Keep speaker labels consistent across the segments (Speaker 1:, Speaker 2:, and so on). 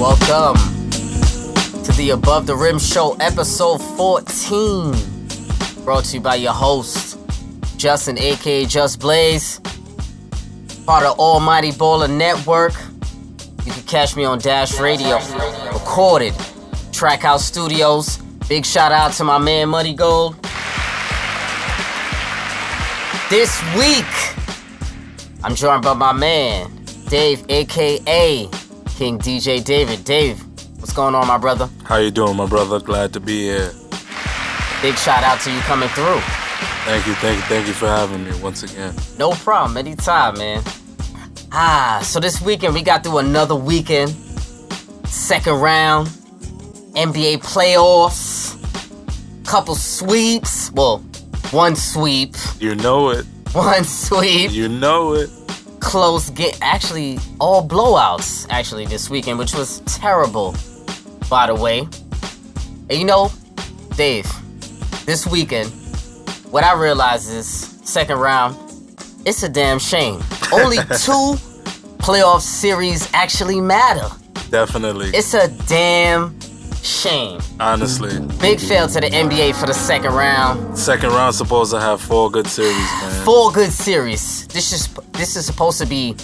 Speaker 1: Welcome to the Above the Rim Show, episode 14. Brought to you by your host, Justin, aka Just Blaze, part of Almighty Bowler Network. You can catch me on Dash Radio, recorded, Trackhouse Studios. Big shout out to my man Muddy Gold. This week, I'm joined by my man, Dave, aka King DJ David. Dave, what's going on, my brother?
Speaker 2: How you doing, my brother? Glad to be here.
Speaker 1: Big shout out to you coming through.
Speaker 2: Thank you, thank you, thank you for having me once again.
Speaker 1: No problem, anytime, man. Ah, so this weekend we got through another weekend. Second round, NBA playoffs, couple sweeps. Well, one sweep,
Speaker 2: You know it.
Speaker 1: one sweep.
Speaker 2: You know it.
Speaker 1: close get actually all blowouts actually this weekend which was terrible by the way and you know dave this weekend what i realized is second round it's a damn shame only two playoff series actually matter
Speaker 2: Definitely.
Speaker 1: it's a damn shame
Speaker 2: Honestly.
Speaker 1: big fail to the nba for the second round
Speaker 2: Second round supposed to have four good series, man.
Speaker 1: four good series this is this is supposed to be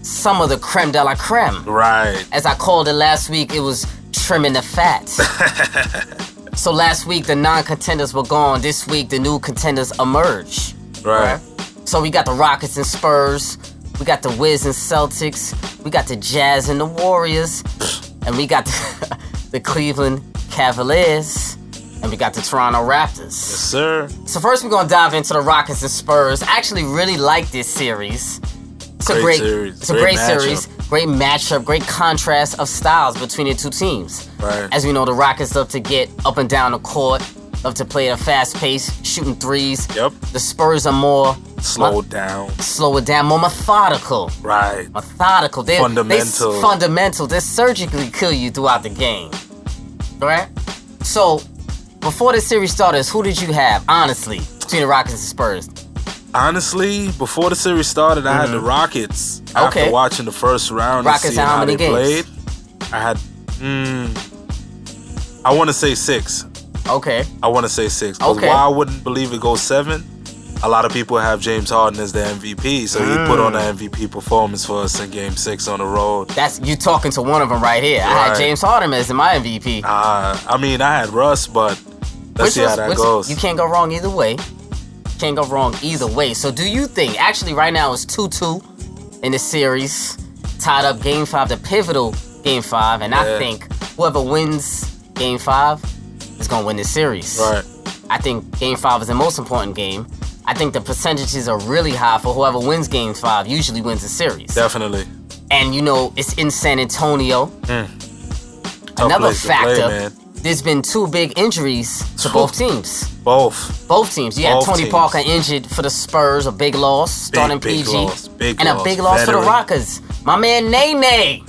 Speaker 1: some of the creme de la creme
Speaker 2: Right.
Speaker 1: as I called it last week, it was trimming the fat. so last week the non-contenders were gone. This week the new contenders emerge.
Speaker 2: Right.
Speaker 1: So we got the Rockets and Spurs, we got the Wiz and Celtics, we got the Jazz and the Warriors, and we got the, the Cleveland Cavaliers, and we got the Toronto Raptors.
Speaker 2: Sir.
Speaker 1: So first we're gonna dive into the Rockets and Spurs. I actually really like this series. It's a great,
Speaker 2: Great series.
Speaker 1: It's a great,
Speaker 2: Great
Speaker 1: series. Great matchup. Great contrast of styles between the two teams.
Speaker 2: Right.
Speaker 1: As we know, the Rockets love to get up and down the court, love to play at a fast pace, shooting threes.
Speaker 2: Yep.
Speaker 1: The Spurs are more
Speaker 2: Slow down.
Speaker 1: slower down, more methodical.
Speaker 2: Right.
Speaker 1: Methodical. They,
Speaker 2: Fundamental.
Speaker 1: They, fundamental. They surgically kill you throughout the game. Right? So, before this series started, who did you have, honestly, between the Rockets and Spurs?
Speaker 2: Honestly, before the series started, I had the Rockets.
Speaker 1: Mm-hmm. Okay.
Speaker 2: After watching the first round
Speaker 1: Rockets
Speaker 2: and
Speaker 1: had
Speaker 2: seeing
Speaker 1: how
Speaker 2: how,
Speaker 1: many
Speaker 2: they
Speaker 1: games?
Speaker 2: played, I had, mm, I want to say six.
Speaker 1: Okay.
Speaker 2: I want to say six. 'cause
Speaker 1: Okay.
Speaker 2: While I wouldn't believe it goes seven, a lot of people have James Harden as the MVP, so he put on an MVP performance for us in Game Six on the road.
Speaker 1: That's you talking to one of them right here. I had
Speaker 2: Right.
Speaker 1: James Harden as my MVP.
Speaker 2: Uh, I mean, I had Russ, but let's see how that
Speaker 1: which-
Speaker 2: goes.
Speaker 1: You can't go wrong either way. Can't go wrong either way. So do you think actually right now it's 2-2 in the series, tied up game 5, the pivotal game 5, and I
Speaker 2: Yeah.
Speaker 1: think whoever wins game 5 is going to win this series.
Speaker 2: Right.
Speaker 1: I think game 5 is the most important game. I think the percentages are really high for whoever wins game 5 usually wins the series.
Speaker 2: Definitely.
Speaker 1: And you know, it's in San Antonio.
Speaker 2: Tough
Speaker 1: Another
Speaker 2: place to play,
Speaker 1: factor,
Speaker 2: man.
Speaker 1: there's been two big injuries to both teams.
Speaker 2: Both.
Speaker 1: Both teams. You had
Speaker 2: Both
Speaker 1: Tony
Speaker 2: teams.
Speaker 1: Parker injured for the Spurs, a big loss, starting
Speaker 2: big
Speaker 1: PG.
Speaker 2: loss, big
Speaker 1: and a
Speaker 2: loss,
Speaker 1: big loss for the
Speaker 2: veteran.
Speaker 1: Rockets. My man Nene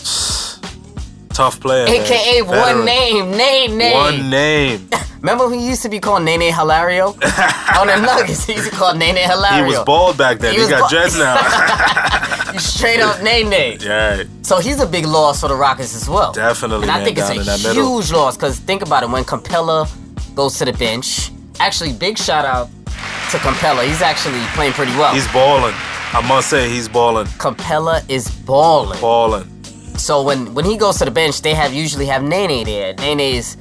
Speaker 2: tough player. man.
Speaker 1: AKA
Speaker 2: Veteran.
Speaker 1: one name, name, name.
Speaker 2: One name.
Speaker 1: Remember when he used to be called Nene Hilario? On the Nuggets, he used to call Nene
Speaker 2: He
Speaker 1: Hilario.
Speaker 2: was bald back then.
Speaker 1: He
Speaker 2: He,
Speaker 1: was
Speaker 2: got
Speaker 1: bald.
Speaker 2: dreads now.
Speaker 1: Straight up Nene.
Speaker 2: yeah, right.
Speaker 1: So he's a big loss for the Rockets as well.
Speaker 2: Definitely,
Speaker 1: And I
Speaker 2: man,
Speaker 1: think
Speaker 2: down in
Speaker 1: it's a
Speaker 2: that
Speaker 1: huge
Speaker 2: middle.
Speaker 1: loss because think about it. When Capella goes to the bench, actually, big shout out to Capella. He's actually playing pretty well.
Speaker 2: he's balling. I must say, he's balling,
Speaker 1: Capella is balling.
Speaker 2: balling.
Speaker 1: So when when he goes to the bench, they have usually have Nene there. Nene's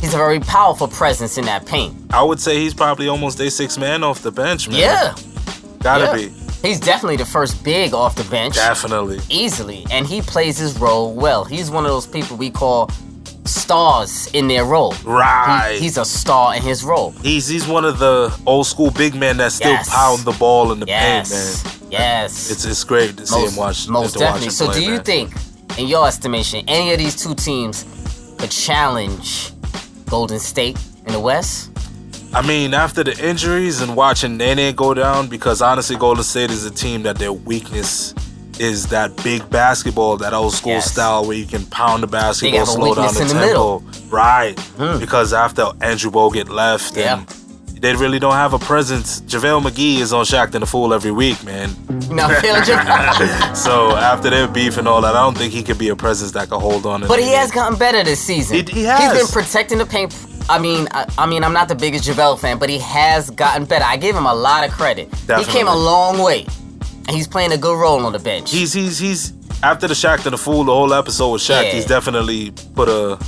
Speaker 1: he's a very powerful presence in that paint.
Speaker 2: I would say he's probably almost day six man off the bench, man.
Speaker 1: Yeah,
Speaker 2: gotta
Speaker 1: yeah.
Speaker 2: be.
Speaker 1: He's definitely the first big off the bench.
Speaker 2: Definitely.
Speaker 1: easily, and he plays his role well. He's one of those people we call stars in their role.
Speaker 2: Right.
Speaker 1: He- he's a star in his role.
Speaker 2: He's he's one of the old school big men that still
Speaker 1: Yes.
Speaker 2: pound the ball in the
Speaker 1: Yes.
Speaker 2: paint, man.
Speaker 1: Yes.
Speaker 2: It's it's great to see him watch.
Speaker 1: most
Speaker 2: to
Speaker 1: definitely.
Speaker 2: Watch him
Speaker 1: so,
Speaker 2: play,
Speaker 1: do you
Speaker 2: man.
Speaker 1: think, in your estimation, any of these two teams could challenge Golden State in the West?
Speaker 2: I mean, after the injuries and watching Nene go down, because honestly, Golden State is a team that their weakness is that big basketball, that old school
Speaker 1: Yes.
Speaker 2: style where you can pound the
Speaker 1: They
Speaker 2: basketball,
Speaker 1: have a
Speaker 2: slow down
Speaker 1: weakness
Speaker 2: the
Speaker 1: in the Hmm.
Speaker 2: tempo. Right. Because after Andrew Bogut left,
Speaker 1: Yeah.
Speaker 2: and they really don't have a presence. JaVale McGee is on Shaq and the Fool every week, man.
Speaker 1: You know, Phil Jamal-
Speaker 2: So after their beef and all that, I don't think he could be a presence that could hold on. to
Speaker 1: But he
Speaker 2: anything.
Speaker 1: has gotten better this season.
Speaker 2: He- he has.
Speaker 1: He's been protecting the paint. I mean, I, I mean, I'm not the biggest JaVale fan, but he has gotten better. I give him a lot of credit. He came a
Speaker 2: Definitely.
Speaker 1: long way, and he's playing a good role on the bench.
Speaker 2: He's he's he's after the Shaq and the Fool, the whole episode with Shaq.
Speaker 1: Yeah.
Speaker 2: He's definitely put a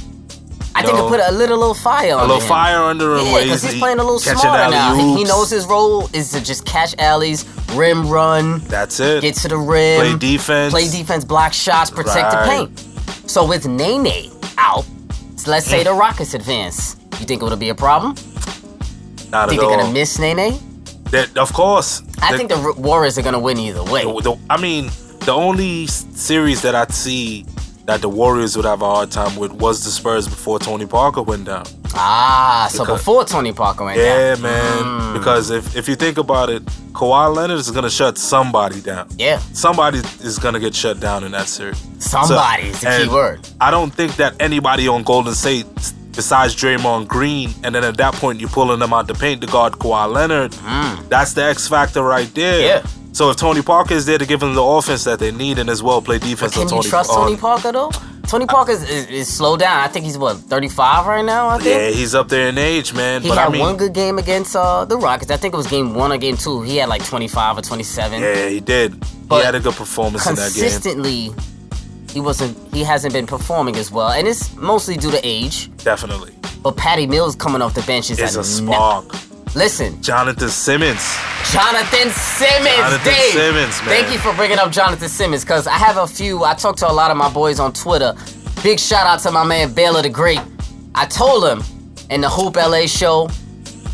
Speaker 1: I think
Speaker 2: no.
Speaker 1: it put a little little fire on
Speaker 2: a little
Speaker 1: him.
Speaker 2: fire under him.
Speaker 1: Yeah,
Speaker 2: where
Speaker 1: because he's
Speaker 2: he-
Speaker 1: playing a little
Speaker 2: catching
Speaker 1: smarter now. He- He
Speaker 2: alley-oops.
Speaker 1: knows his role is to just catch alleys, rim run,
Speaker 2: That's it.
Speaker 1: get to the rim,
Speaker 2: Play defense.
Speaker 1: play defense, block shots, protect
Speaker 2: Right.
Speaker 1: the paint. So with Nene out, so let's
Speaker 2: Mm.
Speaker 1: say the Rockets advance. You think it'll be a problem?
Speaker 2: Not
Speaker 1: Think
Speaker 2: at
Speaker 1: they're
Speaker 2: all.
Speaker 1: gonna miss Nene?
Speaker 2: That- of course.
Speaker 1: I
Speaker 2: The-
Speaker 1: think the R- Warriors are gonna win either way.
Speaker 2: the- the- I mean, the only s- series that I see that the Warriors would have a hard time with was the Spurs before Tony Parker went down.
Speaker 1: Ah, so
Speaker 2: Because-
Speaker 1: before Tony Parker went down.
Speaker 2: Yeah, man.
Speaker 1: Mm.
Speaker 2: Because if, if you think about it, Kawhi Leonard is gonna shut somebody down.
Speaker 1: Yeah.
Speaker 2: Somebody is gonna get shut down in that series.
Speaker 1: Somebody is the key
Speaker 2: and
Speaker 1: word.
Speaker 2: I don't think that anybody on Golden State besides Draymond Green, and then at that point you're pulling them out the paint to guard Kawhi Leonard. That's the X factor right there.
Speaker 1: Mm. Yeah.
Speaker 2: So if Tony Parker is there to give them the offense that they need and as well play defense on
Speaker 1: Can you
Speaker 2: Tony
Speaker 1: trust
Speaker 2: on-
Speaker 1: Tony Parker though? Tony Parker is, is, is slow down. I think he's what 35 right now. I think.
Speaker 2: Yeah, he's up there in age, man.
Speaker 1: He
Speaker 2: but
Speaker 1: had
Speaker 2: I mean,
Speaker 1: one good game against uh, the Rockets. I think it was game one or game two. He had like 25 or 27.
Speaker 2: yeah, he did. He
Speaker 1: But
Speaker 2: had a good performance in that game.
Speaker 1: Consistently, he wasn't. He hasn't been performing as well, and it's mostly due to age.
Speaker 2: Definitely.
Speaker 1: But Patty Mills coming off the bench is
Speaker 2: It's
Speaker 1: a
Speaker 2: a
Speaker 1: na-
Speaker 2: spark.
Speaker 1: Listen,
Speaker 2: Jonathan Simmons.
Speaker 1: Jonathan Simmons,
Speaker 2: Jonathan
Speaker 1: Dave.
Speaker 2: Simmons, man.
Speaker 1: Thank you for bringing up Jonathan Simmons, cause I have a few. I talked to a lot of my boys on Twitter. Big shout out to my man Baylor the Great. I told him in the Hoop LA show,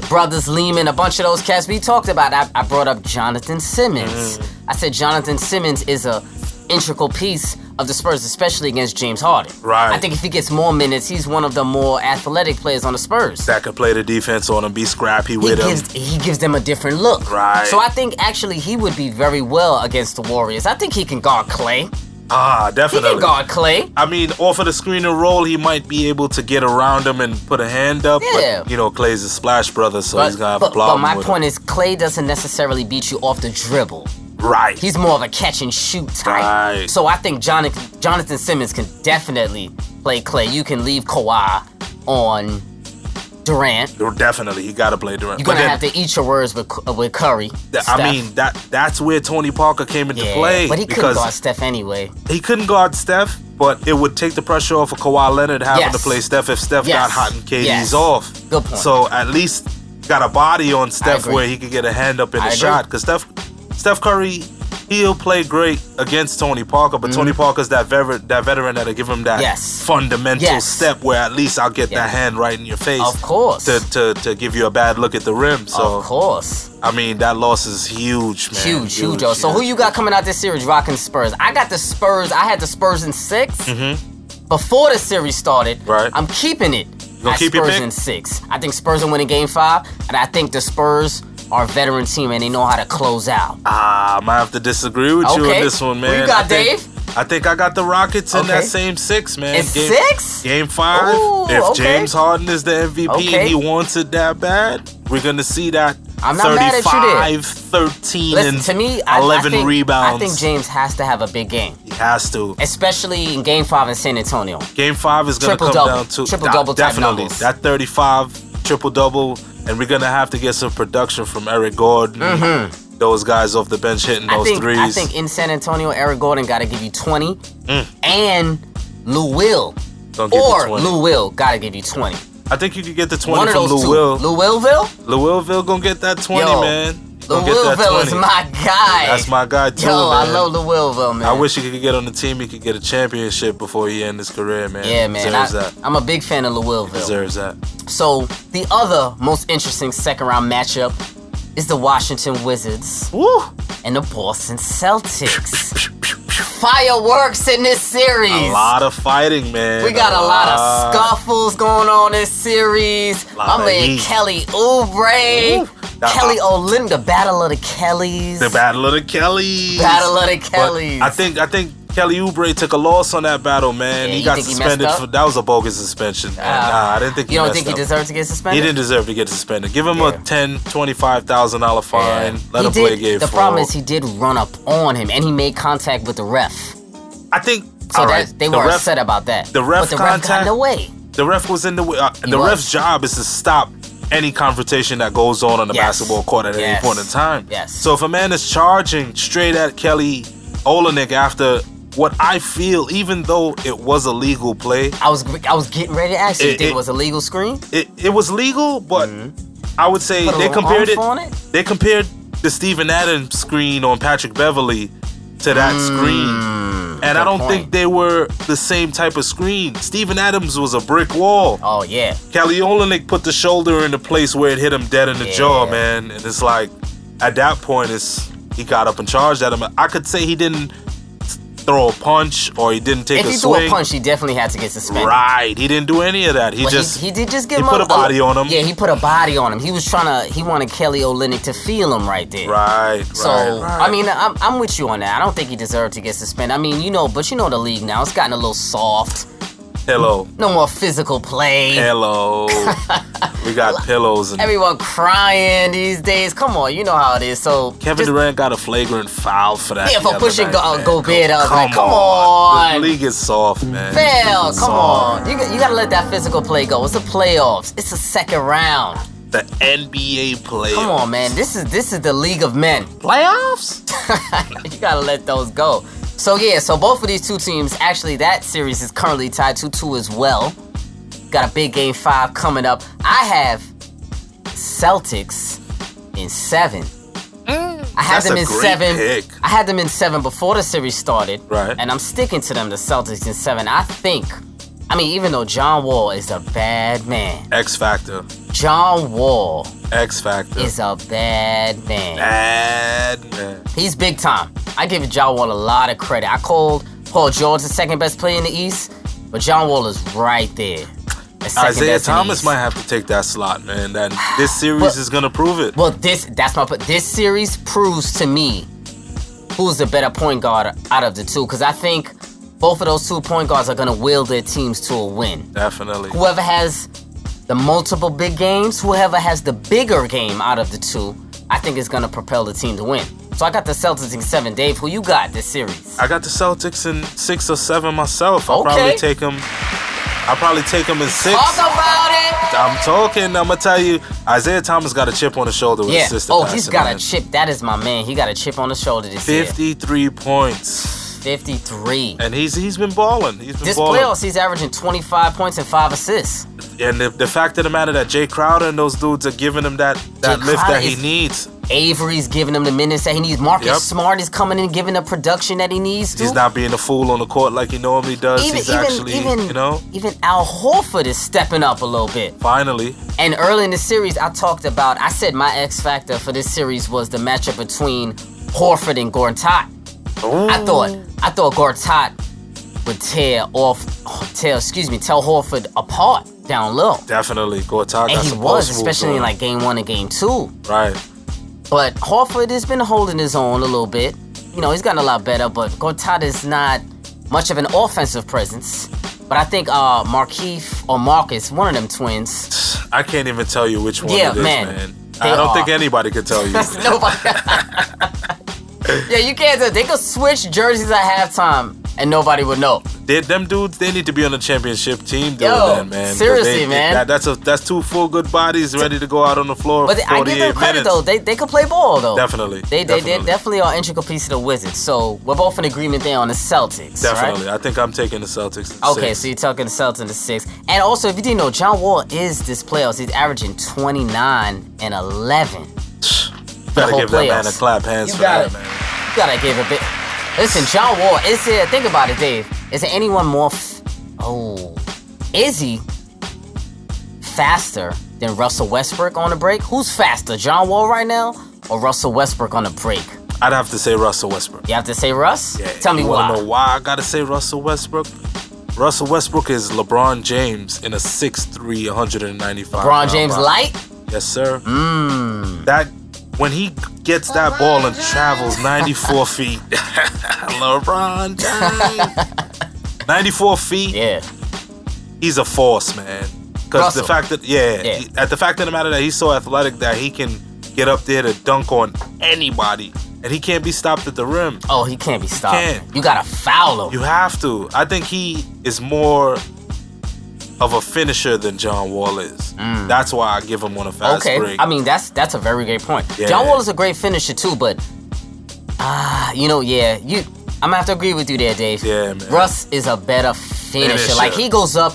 Speaker 1: brothers Lehman, a bunch of those cats we talked about. I, I brought up Jonathan Simmons.
Speaker 2: Mm.
Speaker 1: I said Jonathan Simmons is a integral piece of the Spurs, especially against James Harden.
Speaker 2: Right.
Speaker 1: I think if he gets more minutes, he's one of the more athletic players on the Spurs
Speaker 2: That could play the defense on him, be scrappy
Speaker 1: he
Speaker 2: with him.
Speaker 1: gives, he gives them a different look.
Speaker 2: Right.
Speaker 1: So I think actually he would be very well against the Warriors. I think he can guard Clay.
Speaker 2: ah,
Speaker 1: He
Speaker 2: definitely.
Speaker 1: can guard Clay.
Speaker 2: I mean, off of the screen and roll, he might be able to get around him and put a hand up.
Speaker 1: Yeah.
Speaker 2: But, you know, Clay's a splash brother, so he's gonna have
Speaker 1: but,
Speaker 2: a
Speaker 1: but
Speaker 2: problem
Speaker 1: my
Speaker 2: with
Speaker 1: point is Clay doesn't necessarily beat you off the dribble.
Speaker 2: him. Right.
Speaker 1: He's more of a catch and shoot type.
Speaker 2: Right.
Speaker 1: So I think Jonathan, Jonathan Simmons can definitely play Clay. You can leave Kawhi on Durant.
Speaker 2: definitely he gotta play Durant.
Speaker 1: You're
Speaker 2: But
Speaker 1: gonna
Speaker 2: then,
Speaker 1: have to eat your words with with Curry.
Speaker 2: th-
Speaker 1: Steph.
Speaker 2: I mean, that that's where Tony Parker came into
Speaker 1: yeah,
Speaker 2: play
Speaker 1: but he couldn't
Speaker 2: because
Speaker 1: guard Steph anyway.
Speaker 2: he couldn't guard Steph, but it would take the pressure off of Kawhi Leonard having
Speaker 1: Yes.
Speaker 2: to play Steph if Steph
Speaker 1: Yes.
Speaker 2: got hot and KD's
Speaker 1: Yes.
Speaker 2: off.
Speaker 1: Good point.
Speaker 2: So at least got a body on Steph
Speaker 1: agree.
Speaker 2: where he could get a hand up in
Speaker 1: I
Speaker 2: the
Speaker 1: agree.
Speaker 2: shot. Because Steph, Steph Curry, he'll play great against Tony Parker, but Tony Parker's that veteran, that veteran that'll give him that
Speaker 1: Mm-hmm. Yes.
Speaker 2: fundamental
Speaker 1: Yes.
Speaker 2: step where at least I'll get that
Speaker 1: Yes.
Speaker 2: hand right in your face.
Speaker 1: Of course.
Speaker 2: To, to, to give you a bad look at the rim.
Speaker 1: of
Speaker 2: So,
Speaker 1: course.
Speaker 2: I mean, that loss is huge, man.
Speaker 1: Huge, huge, yo. So
Speaker 2: huge.
Speaker 1: who you got coming out this series rocking Spurs? I got the Spurs. I had the Spurs in 6 before the series started.
Speaker 2: Mm-hmm. Right.
Speaker 1: I'm keeping it.
Speaker 2: gonna
Speaker 1: at
Speaker 2: keep your
Speaker 1: Spurs
Speaker 2: pick?
Speaker 1: in six. I think Spurs are winning Game Five, and I think the Spurs are a veteran team and they know how to close out.
Speaker 2: Ah, I might have to disagree with you on
Speaker 1: Okay.
Speaker 2: this one,
Speaker 1: Who
Speaker 2: man.
Speaker 1: you got,
Speaker 2: I think-
Speaker 1: Dave?
Speaker 2: I think I got the Rockets in
Speaker 1: Okay.
Speaker 2: that same six, man.
Speaker 1: It's six?
Speaker 2: Game five.
Speaker 1: Ooh,
Speaker 2: if
Speaker 1: okay.
Speaker 2: James Harden is the MVP
Speaker 1: Okay.
Speaker 2: and he wants it that bad, we're going to see that
Speaker 1: I'm not mad at you there.
Speaker 2: 13,
Speaker 1: Listen
Speaker 2: and
Speaker 1: to me. I,
Speaker 2: 11
Speaker 1: I think,
Speaker 2: rebounds.
Speaker 1: I think James has to have a big game,
Speaker 2: he has to.
Speaker 1: especially in Game Five in San Antonio.
Speaker 2: Game five is going to come
Speaker 1: Triple-double.
Speaker 2: down to
Speaker 1: Triple-double
Speaker 2: de-
Speaker 1: type
Speaker 2: definitely
Speaker 1: numbers.
Speaker 2: that 35 triple double, and we're going to have to get some production from Eric Gordon. Those guys off the bench hitting
Speaker 1: Mm-hmm. I
Speaker 2: those
Speaker 1: think
Speaker 2: threes.
Speaker 1: I think in San Antonio, Eric Gordon got to give you twenty, and Lou Will
Speaker 2: Don't give you
Speaker 1: or
Speaker 2: 20.
Speaker 1: Lou Will got to give you twenty.
Speaker 2: I think you could get the 20
Speaker 1: One of
Speaker 2: from
Speaker 1: those
Speaker 2: Lou
Speaker 1: two.
Speaker 2: Will.
Speaker 1: Lou Willville.
Speaker 2: Louisville gonna get that 20,
Speaker 1: Yo,
Speaker 2: man.
Speaker 1: Lou
Speaker 2: Gonna get that
Speaker 1: Willville is
Speaker 2: 20.
Speaker 1: my guy.
Speaker 2: That's my guy too,
Speaker 1: Yo,
Speaker 2: man.
Speaker 1: I love Lou Willville, man.
Speaker 2: I wish he could get on the team. He could get a championship before he end his career, man.
Speaker 1: Yeah, man.
Speaker 2: Deserves
Speaker 1: I,
Speaker 2: that.
Speaker 1: I'm a big fan of Lou Willville.
Speaker 2: Deserves that.
Speaker 1: So the other most interesting second round matchup is the Washington Wizards
Speaker 2: Woo!
Speaker 1: and the Boston Celtics. Fireworks in this series.
Speaker 2: A lot of fighting, man. Uh,
Speaker 1: We got a lot of
Speaker 2: lot.
Speaker 1: scuffles going on this series.
Speaker 2: Lot
Speaker 1: My
Speaker 2: of
Speaker 1: man
Speaker 2: heat.
Speaker 1: Kelly Oubre,
Speaker 2: Nah,
Speaker 1: Kelly
Speaker 2: I-
Speaker 1: Olinda, Battle of the Kellys,
Speaker 2: The battle of the Kellys.
Speaker 1: Battle of the
Speaker 2: But
Speaker 1: Kellys.
Speaker 2: I think I think Kelly Oubre took a loss on that battle, man.
Speaker 1: Yeah,
Speaker 2: he
Speaker 1: you
Speaker 2: got
Speaker 1: think he messed
Speaker 2: suspended.
Speaker 1: up?
Speaker 2: for, that was a bogus suspension. man.
Speaker 1: Uh,
Speaker 2: nah, I didn't think he
Speaker 1: you don't
Speaker 2: messed
Speaker 1: think he
Speaker 2: up.
Speaker 1: deserved to get suspended.
Speaker 2: He didn't deserve to get suspended. Give him
Speaker 1: Yeah.
Speaker 2: a ten, twenty-five thousand dollar fine. Let
Speaker 1: He
Speaker 2: him play a
Speaker 1: did-
Speaker 2: game.
Speaker 1: The
Speaker 2: for
Speaker 1: problem
Speaker 2: all.
Speaker 1: is he did run up on him and he made contact with the ref.
Speaker 2: I think.
Speaker 1: So
Speaker 2: all
Speaker 1: Oh, that,
Speaker 2: right,
Speaker 1: they
Speaker 2: the
Speaker 1: were
Speaker 2: ref,
Speaker 1: upset about that.
Speaker 2: the
Speaker 1: but
Speaker 2: ref
Speaker 1: the ref got in
Speaker 2: contact-
Speaker 1: the way.
Speaker 2: The ref was in the way. Uh, the
Speaker 1: was.
Speaker 2: ref's job is to stop any confrontation that goes on on the
Speaker 1: Yes.
Speaker 2: basketball court at
Speaker 1: Yes.
Speaker 2: any point in time.
Speaker 1: Yes.
Speaker 2: So if a man is charging straight at Kelly Olenek after what I feel, even though it was a legal play,
Speaker 1: I was I was getting ready to ask you.
Speaker 2: It-
Speaker 1: you think it,
Speaker 2: it-
Speaker 1: was a legal screen?
Speaker 2: it, it was legal, but
Speaker 1: Mm-hmm.
Speaker 2: I would say
Speaker 1: Put a
Speaker 2: they
Speaker 1: little
Speaker 2: compared
Speaker 1: oomph
Speaker 2: it,
Speaker 1: on it?
Speaker 2: They compared the Stephen Adams screen on Patrick Beverly to that
Speaker 1: Mm,
Speaker 2: screen, and I don't
Speaker 1: point.
Speaker 2: think they were the same type of screen. Stephen Adams was a brick wall.
Speaker 1: Oh yeah.
Speaker 2: Kelly Olynyk put the shoulder in the place where it hit him dead in the
Speaker 1: Yeah.
Speaker 2: jaw, man. And it's like, at that point, it's he got up and charged at him. I could say he didn't throw a punch or he didn't take
Speaker 1: If
Speaker 2: a
Speaker 1: he threw
Speaker 2: swing.
Speaker 1: a punch, he definitely had to get suspended.
Speaker 2: right, he didn't do any of that. He
Speaker 1: But
Speaker 2: just
Speaker 1: he, he did just give
Speaker 2: he
Speaker 1: him
Speaker 2: put a body on him.
Speaker 1: Yeah, he put a body on him. He was trying to. He wanted Kelly Olynyk to feel him right there.
Speaker 2: right,
Speaker 1: So
Speaker 2: right, right.
Speaker 1: I mean, I'm, I'm with you on that. I don't think he deserved to get suspended. I mean, you know, but you know the league now. It's gotten a little soft.
Speaker 2: hello,
Speaker 1: No more physical play.
Speaker 2: hello. we got pillows and
Speaker 1: Everyone crying these days. Come on, you know how it is. So
Speaker 2: Kevin
Speaker 1: just-
Speaker 2: Durant got a flagrant foul for that.
Speaker 1: Yeah,
Speaker 2: the
Speaker 1: for
Speaker 2: other
Speaker 1: pushing
Speaker 2: night,
Speaker 1: Go-
Speaker 2: man.
Speaker 1: Gobert. I was
Speaker 2: Come
Speaker 1: like, come on.
Speaker 2: The league is soft, man.
Speaker 1: Fail, come
Speaker 2: Soft.
Speaker 1: on. You, got- you gotta let that physical play go. It's the playoffs. It's the second round.
Speaker 2: The NBA player.
Speaker 1: Come on, man. This is this is the league of men.
Speaker 2: playoffs.
Speaker 1: you gotta let those go. So yeah, so both of these two teams, actually, that series is currently tied 2-2 as well. Got a big game five coming up. I have Celtics in seven. I had
Speaker 2: That's
Speaker 1: them
Speaker 2: a
Speaker 1: in
Speaker 2: great
Speaker 1: seven.
Speaker 2: pick.
Speaker 1: I had them in seven before the series started.
Speaker 2: Right.
Speaker 1: And I'm sticking to them, the Celtics in seven. I think. I mean, even though John Wall is a bad man,
Speaker 2: X Factor.
Speaker 1: John Wall
Speaker 2: X Factor.
Speaker 1: is a bad man.
Speaker 2: Bad man.
Speaker 1: He's big time. I give John Wall a lot of credit. I called Paul George the second best player in the East, but John Wall is right there. The second
Speaker 2: Isaiah
Speaker 1: best in the
Speaker 2: Thomas
Speaker 1: East.
Speaker 2: might have to take that slot, man. That this series
Speaker 1: But-
Speaker 2: is gonna prove it.
Speaker 1: Well, this that's my put. This series proves to me who's the better point guard out of the two, because I think both of those two point guards are gonna will their teams to a win.
Speaker 2: Definitely.
Speaker 1: Whoever has the multiple big games, whoever has the bigger game out of the two, I think is gonna propel the team to win. So I got the Celtics in seven. Dave, who you got this series?
Speaker 2: I got the Celtics in six or seven myself. I'll
Speaker 1: Okay.
Speaker 2: probably take them. I'll probably take them in six.
Speaker 1: Talk about it.
Speaker 2: I'm talking. I'm gonna tell you, Isaiah Thomas got a chip on his shoulder with
Speaker 1: Yeah.
Speaker 2: his sister.
Speaker 1: Oh, he's
Speaker 2: passing,
Speaker 1: got
Speaker 2: man.
Speaker 1: a chip. That is my man. He got a chip on the shoulder this year.
Speaker 2: 53 points,
Speaker 1: 53.
Speaker 2: and he's he's been balling. He's been
Speaker 1: This
Speaker 2: balling.
Speaker 1: playoffs, he's averaging 25 points and 5 assists.
Speaker 2: And the, the fact of the matter that Jay Crowder and those dudes are giving him that that
Speaker 1: Jay
Speaker 2: lift
Speaker 1: Crowder
Speaker 2: that he
Speaker 1: is-
Speaker 2: needs.
Speaker 1: Avery's giving him the minutes that he needs. Marcus
Speaker 2: Yep.
Speaker 1: Smart is coming in and giving the production that he needs to.
Speaker 2: He's not being a fool on the court like he normally does.
Speaker 1: even,
Speaker 2: he's
Speaker 1: even,
Speaker 2: actually,
Speaker 1: even,
Speaker 2: you know,
Speaker 1: even Al Horford is stepping up a little bit.
Speaker 2: finally.
Speaker 1: And early in the series, I talked about, I said my X factor for this series was the matchup between Horford and Gortat. I thought, I thought Gortat would tear off, tear, excuse me, tear Horford apart down low.
Speaker 2: Definitely, Gortat
Speaker 1: And
Speaker 2: got
Speaker 1: he
Speaker 2: some
Speaker 1: was,
Speaker 2: post moves
Speaker 1: especially in
Speaker 2: on.
Speaker 1: like game one and game two.
Speaker 2: right.
Speaker 1: But Horford has been holding his own a little bit. You know, he's gotten a lot better, but Gortat is not much of an offensive presence, but I think uh, Markeith or Marcus, one of them twins.
Speaker 2: I can't even tell you which one
Speaker 1: Yeah,
Speaker 2: it is,
Speaker 1: man.
Speaker 2: man.
Speaker 1: They
Speaker 2: I don't
Speaker 1: are.
Speaker 2: think anybody could tell you.
Speaker 1: Nobody. yeah, you can't. tell- They could switch jerseys at halftime and nobody would know.
Speaker 2: they, them dudes, they need to be on the championship team doing
Speaker 1: Yo,
Speaker 2: that, man. 'Cause
Speaker 1: seriously,
Speaker 2: they-
Speaker 1: man.
Speaker 2: that- that's a that's two full good bodies ready to go out on the floor.
Speaker 1: But
Speaker 2: for
Speaker 1: I give
Speaker 2: 48
Speaker 1: them credit
Speaker 2: minutes.
Speaker 1: though. They they could play ball though.
Speaker 2: Definitely.
Speaker 1: They they
Speaker 2: definitely.
Speaker 1: they definitely are an integral piece of the Wizards. So we're both in agreement there on the Celtics. right?
Speaker 2: Definitely. I think I'm taking the Celtics. in
Speaker 1: Okay,
Speaker 2: six.
Speaker 1: so you're talking the Celtics in the six. And also, if you didn't know, John Wall is this playoffs. He's averaging 29 and 11.
Speaker 2: better
Speaker 1: whole
Speaker 2: give that man a
Speaker 1: playoffs.
Speaker 2: clap hands
Speaker 1: You
Speaker 2: for
Speaker 1: got
Speaker 2: that,
Speaker 1: it.
Speaker 2: man.
Speaker 1: You gotta give a bit. Listen, John Wall is there. Think about it, Dave. Is there anyone more? F- oh, is he faster than Russell Westbrook on the break? Who's faster, John Wall right now or Russell Westbrook on the break?
Speaker 2: I'd have to say Russell Westbrook.
Speaker 1: You have to say Russ.
Speaker 2: Yeah,
Speaker 1: Tell me
Speaker 2: you wanna
Speaker 1: why.
Speaker 2: Know why I gotta say Russell Westbrook? Russell Westbrook is LeBron James in a 6'3", 195.
Speaker 1: LeBron
Speaker 2: pound
Speaker 1: James
Speaker 2: body.
Speaker 1: light.
Speaker 2: Yes, sir. Mmm.
Speaker 1: Mm.
Speaker 2: That when he gets that ball and travels 94 feet, LeBron James, 94 feet.
Speaker 1: Yeah.
Speaker 2: He's a force, man. Because the
Speaker 1: Russell.
Speaker 2: fact that yeah,
Speaker 1: Yeah.
Speaker 2: he- at the fact of the matter that he's so athletic that he can get up there to dunk on anybody, and he can't be stopped at the rim.
Speaker 1: Oh, he can't be stopped.
Speaker 2: can't.
Speaker 1: You gotta foul him.
Speaker 2: You have to. I think he is more of a finisher than John Wall is. That's why I give him one a fast
Speaker 1: Mm. okay.
Speaker 2: break.
Speaker 1: I mean, that's that's a very great point.
Speaker 2: Yeah.
Speaker 1: John Wall is a great finisher too, but ah, you know, yeah, you. I'm gonna have to agree with you there, Dave.
Speaker 2: Yeah, man.
Speaker 1: Russ is a better finisher.
Speaker 2: Finisher.
Speaker 1: Like he goes up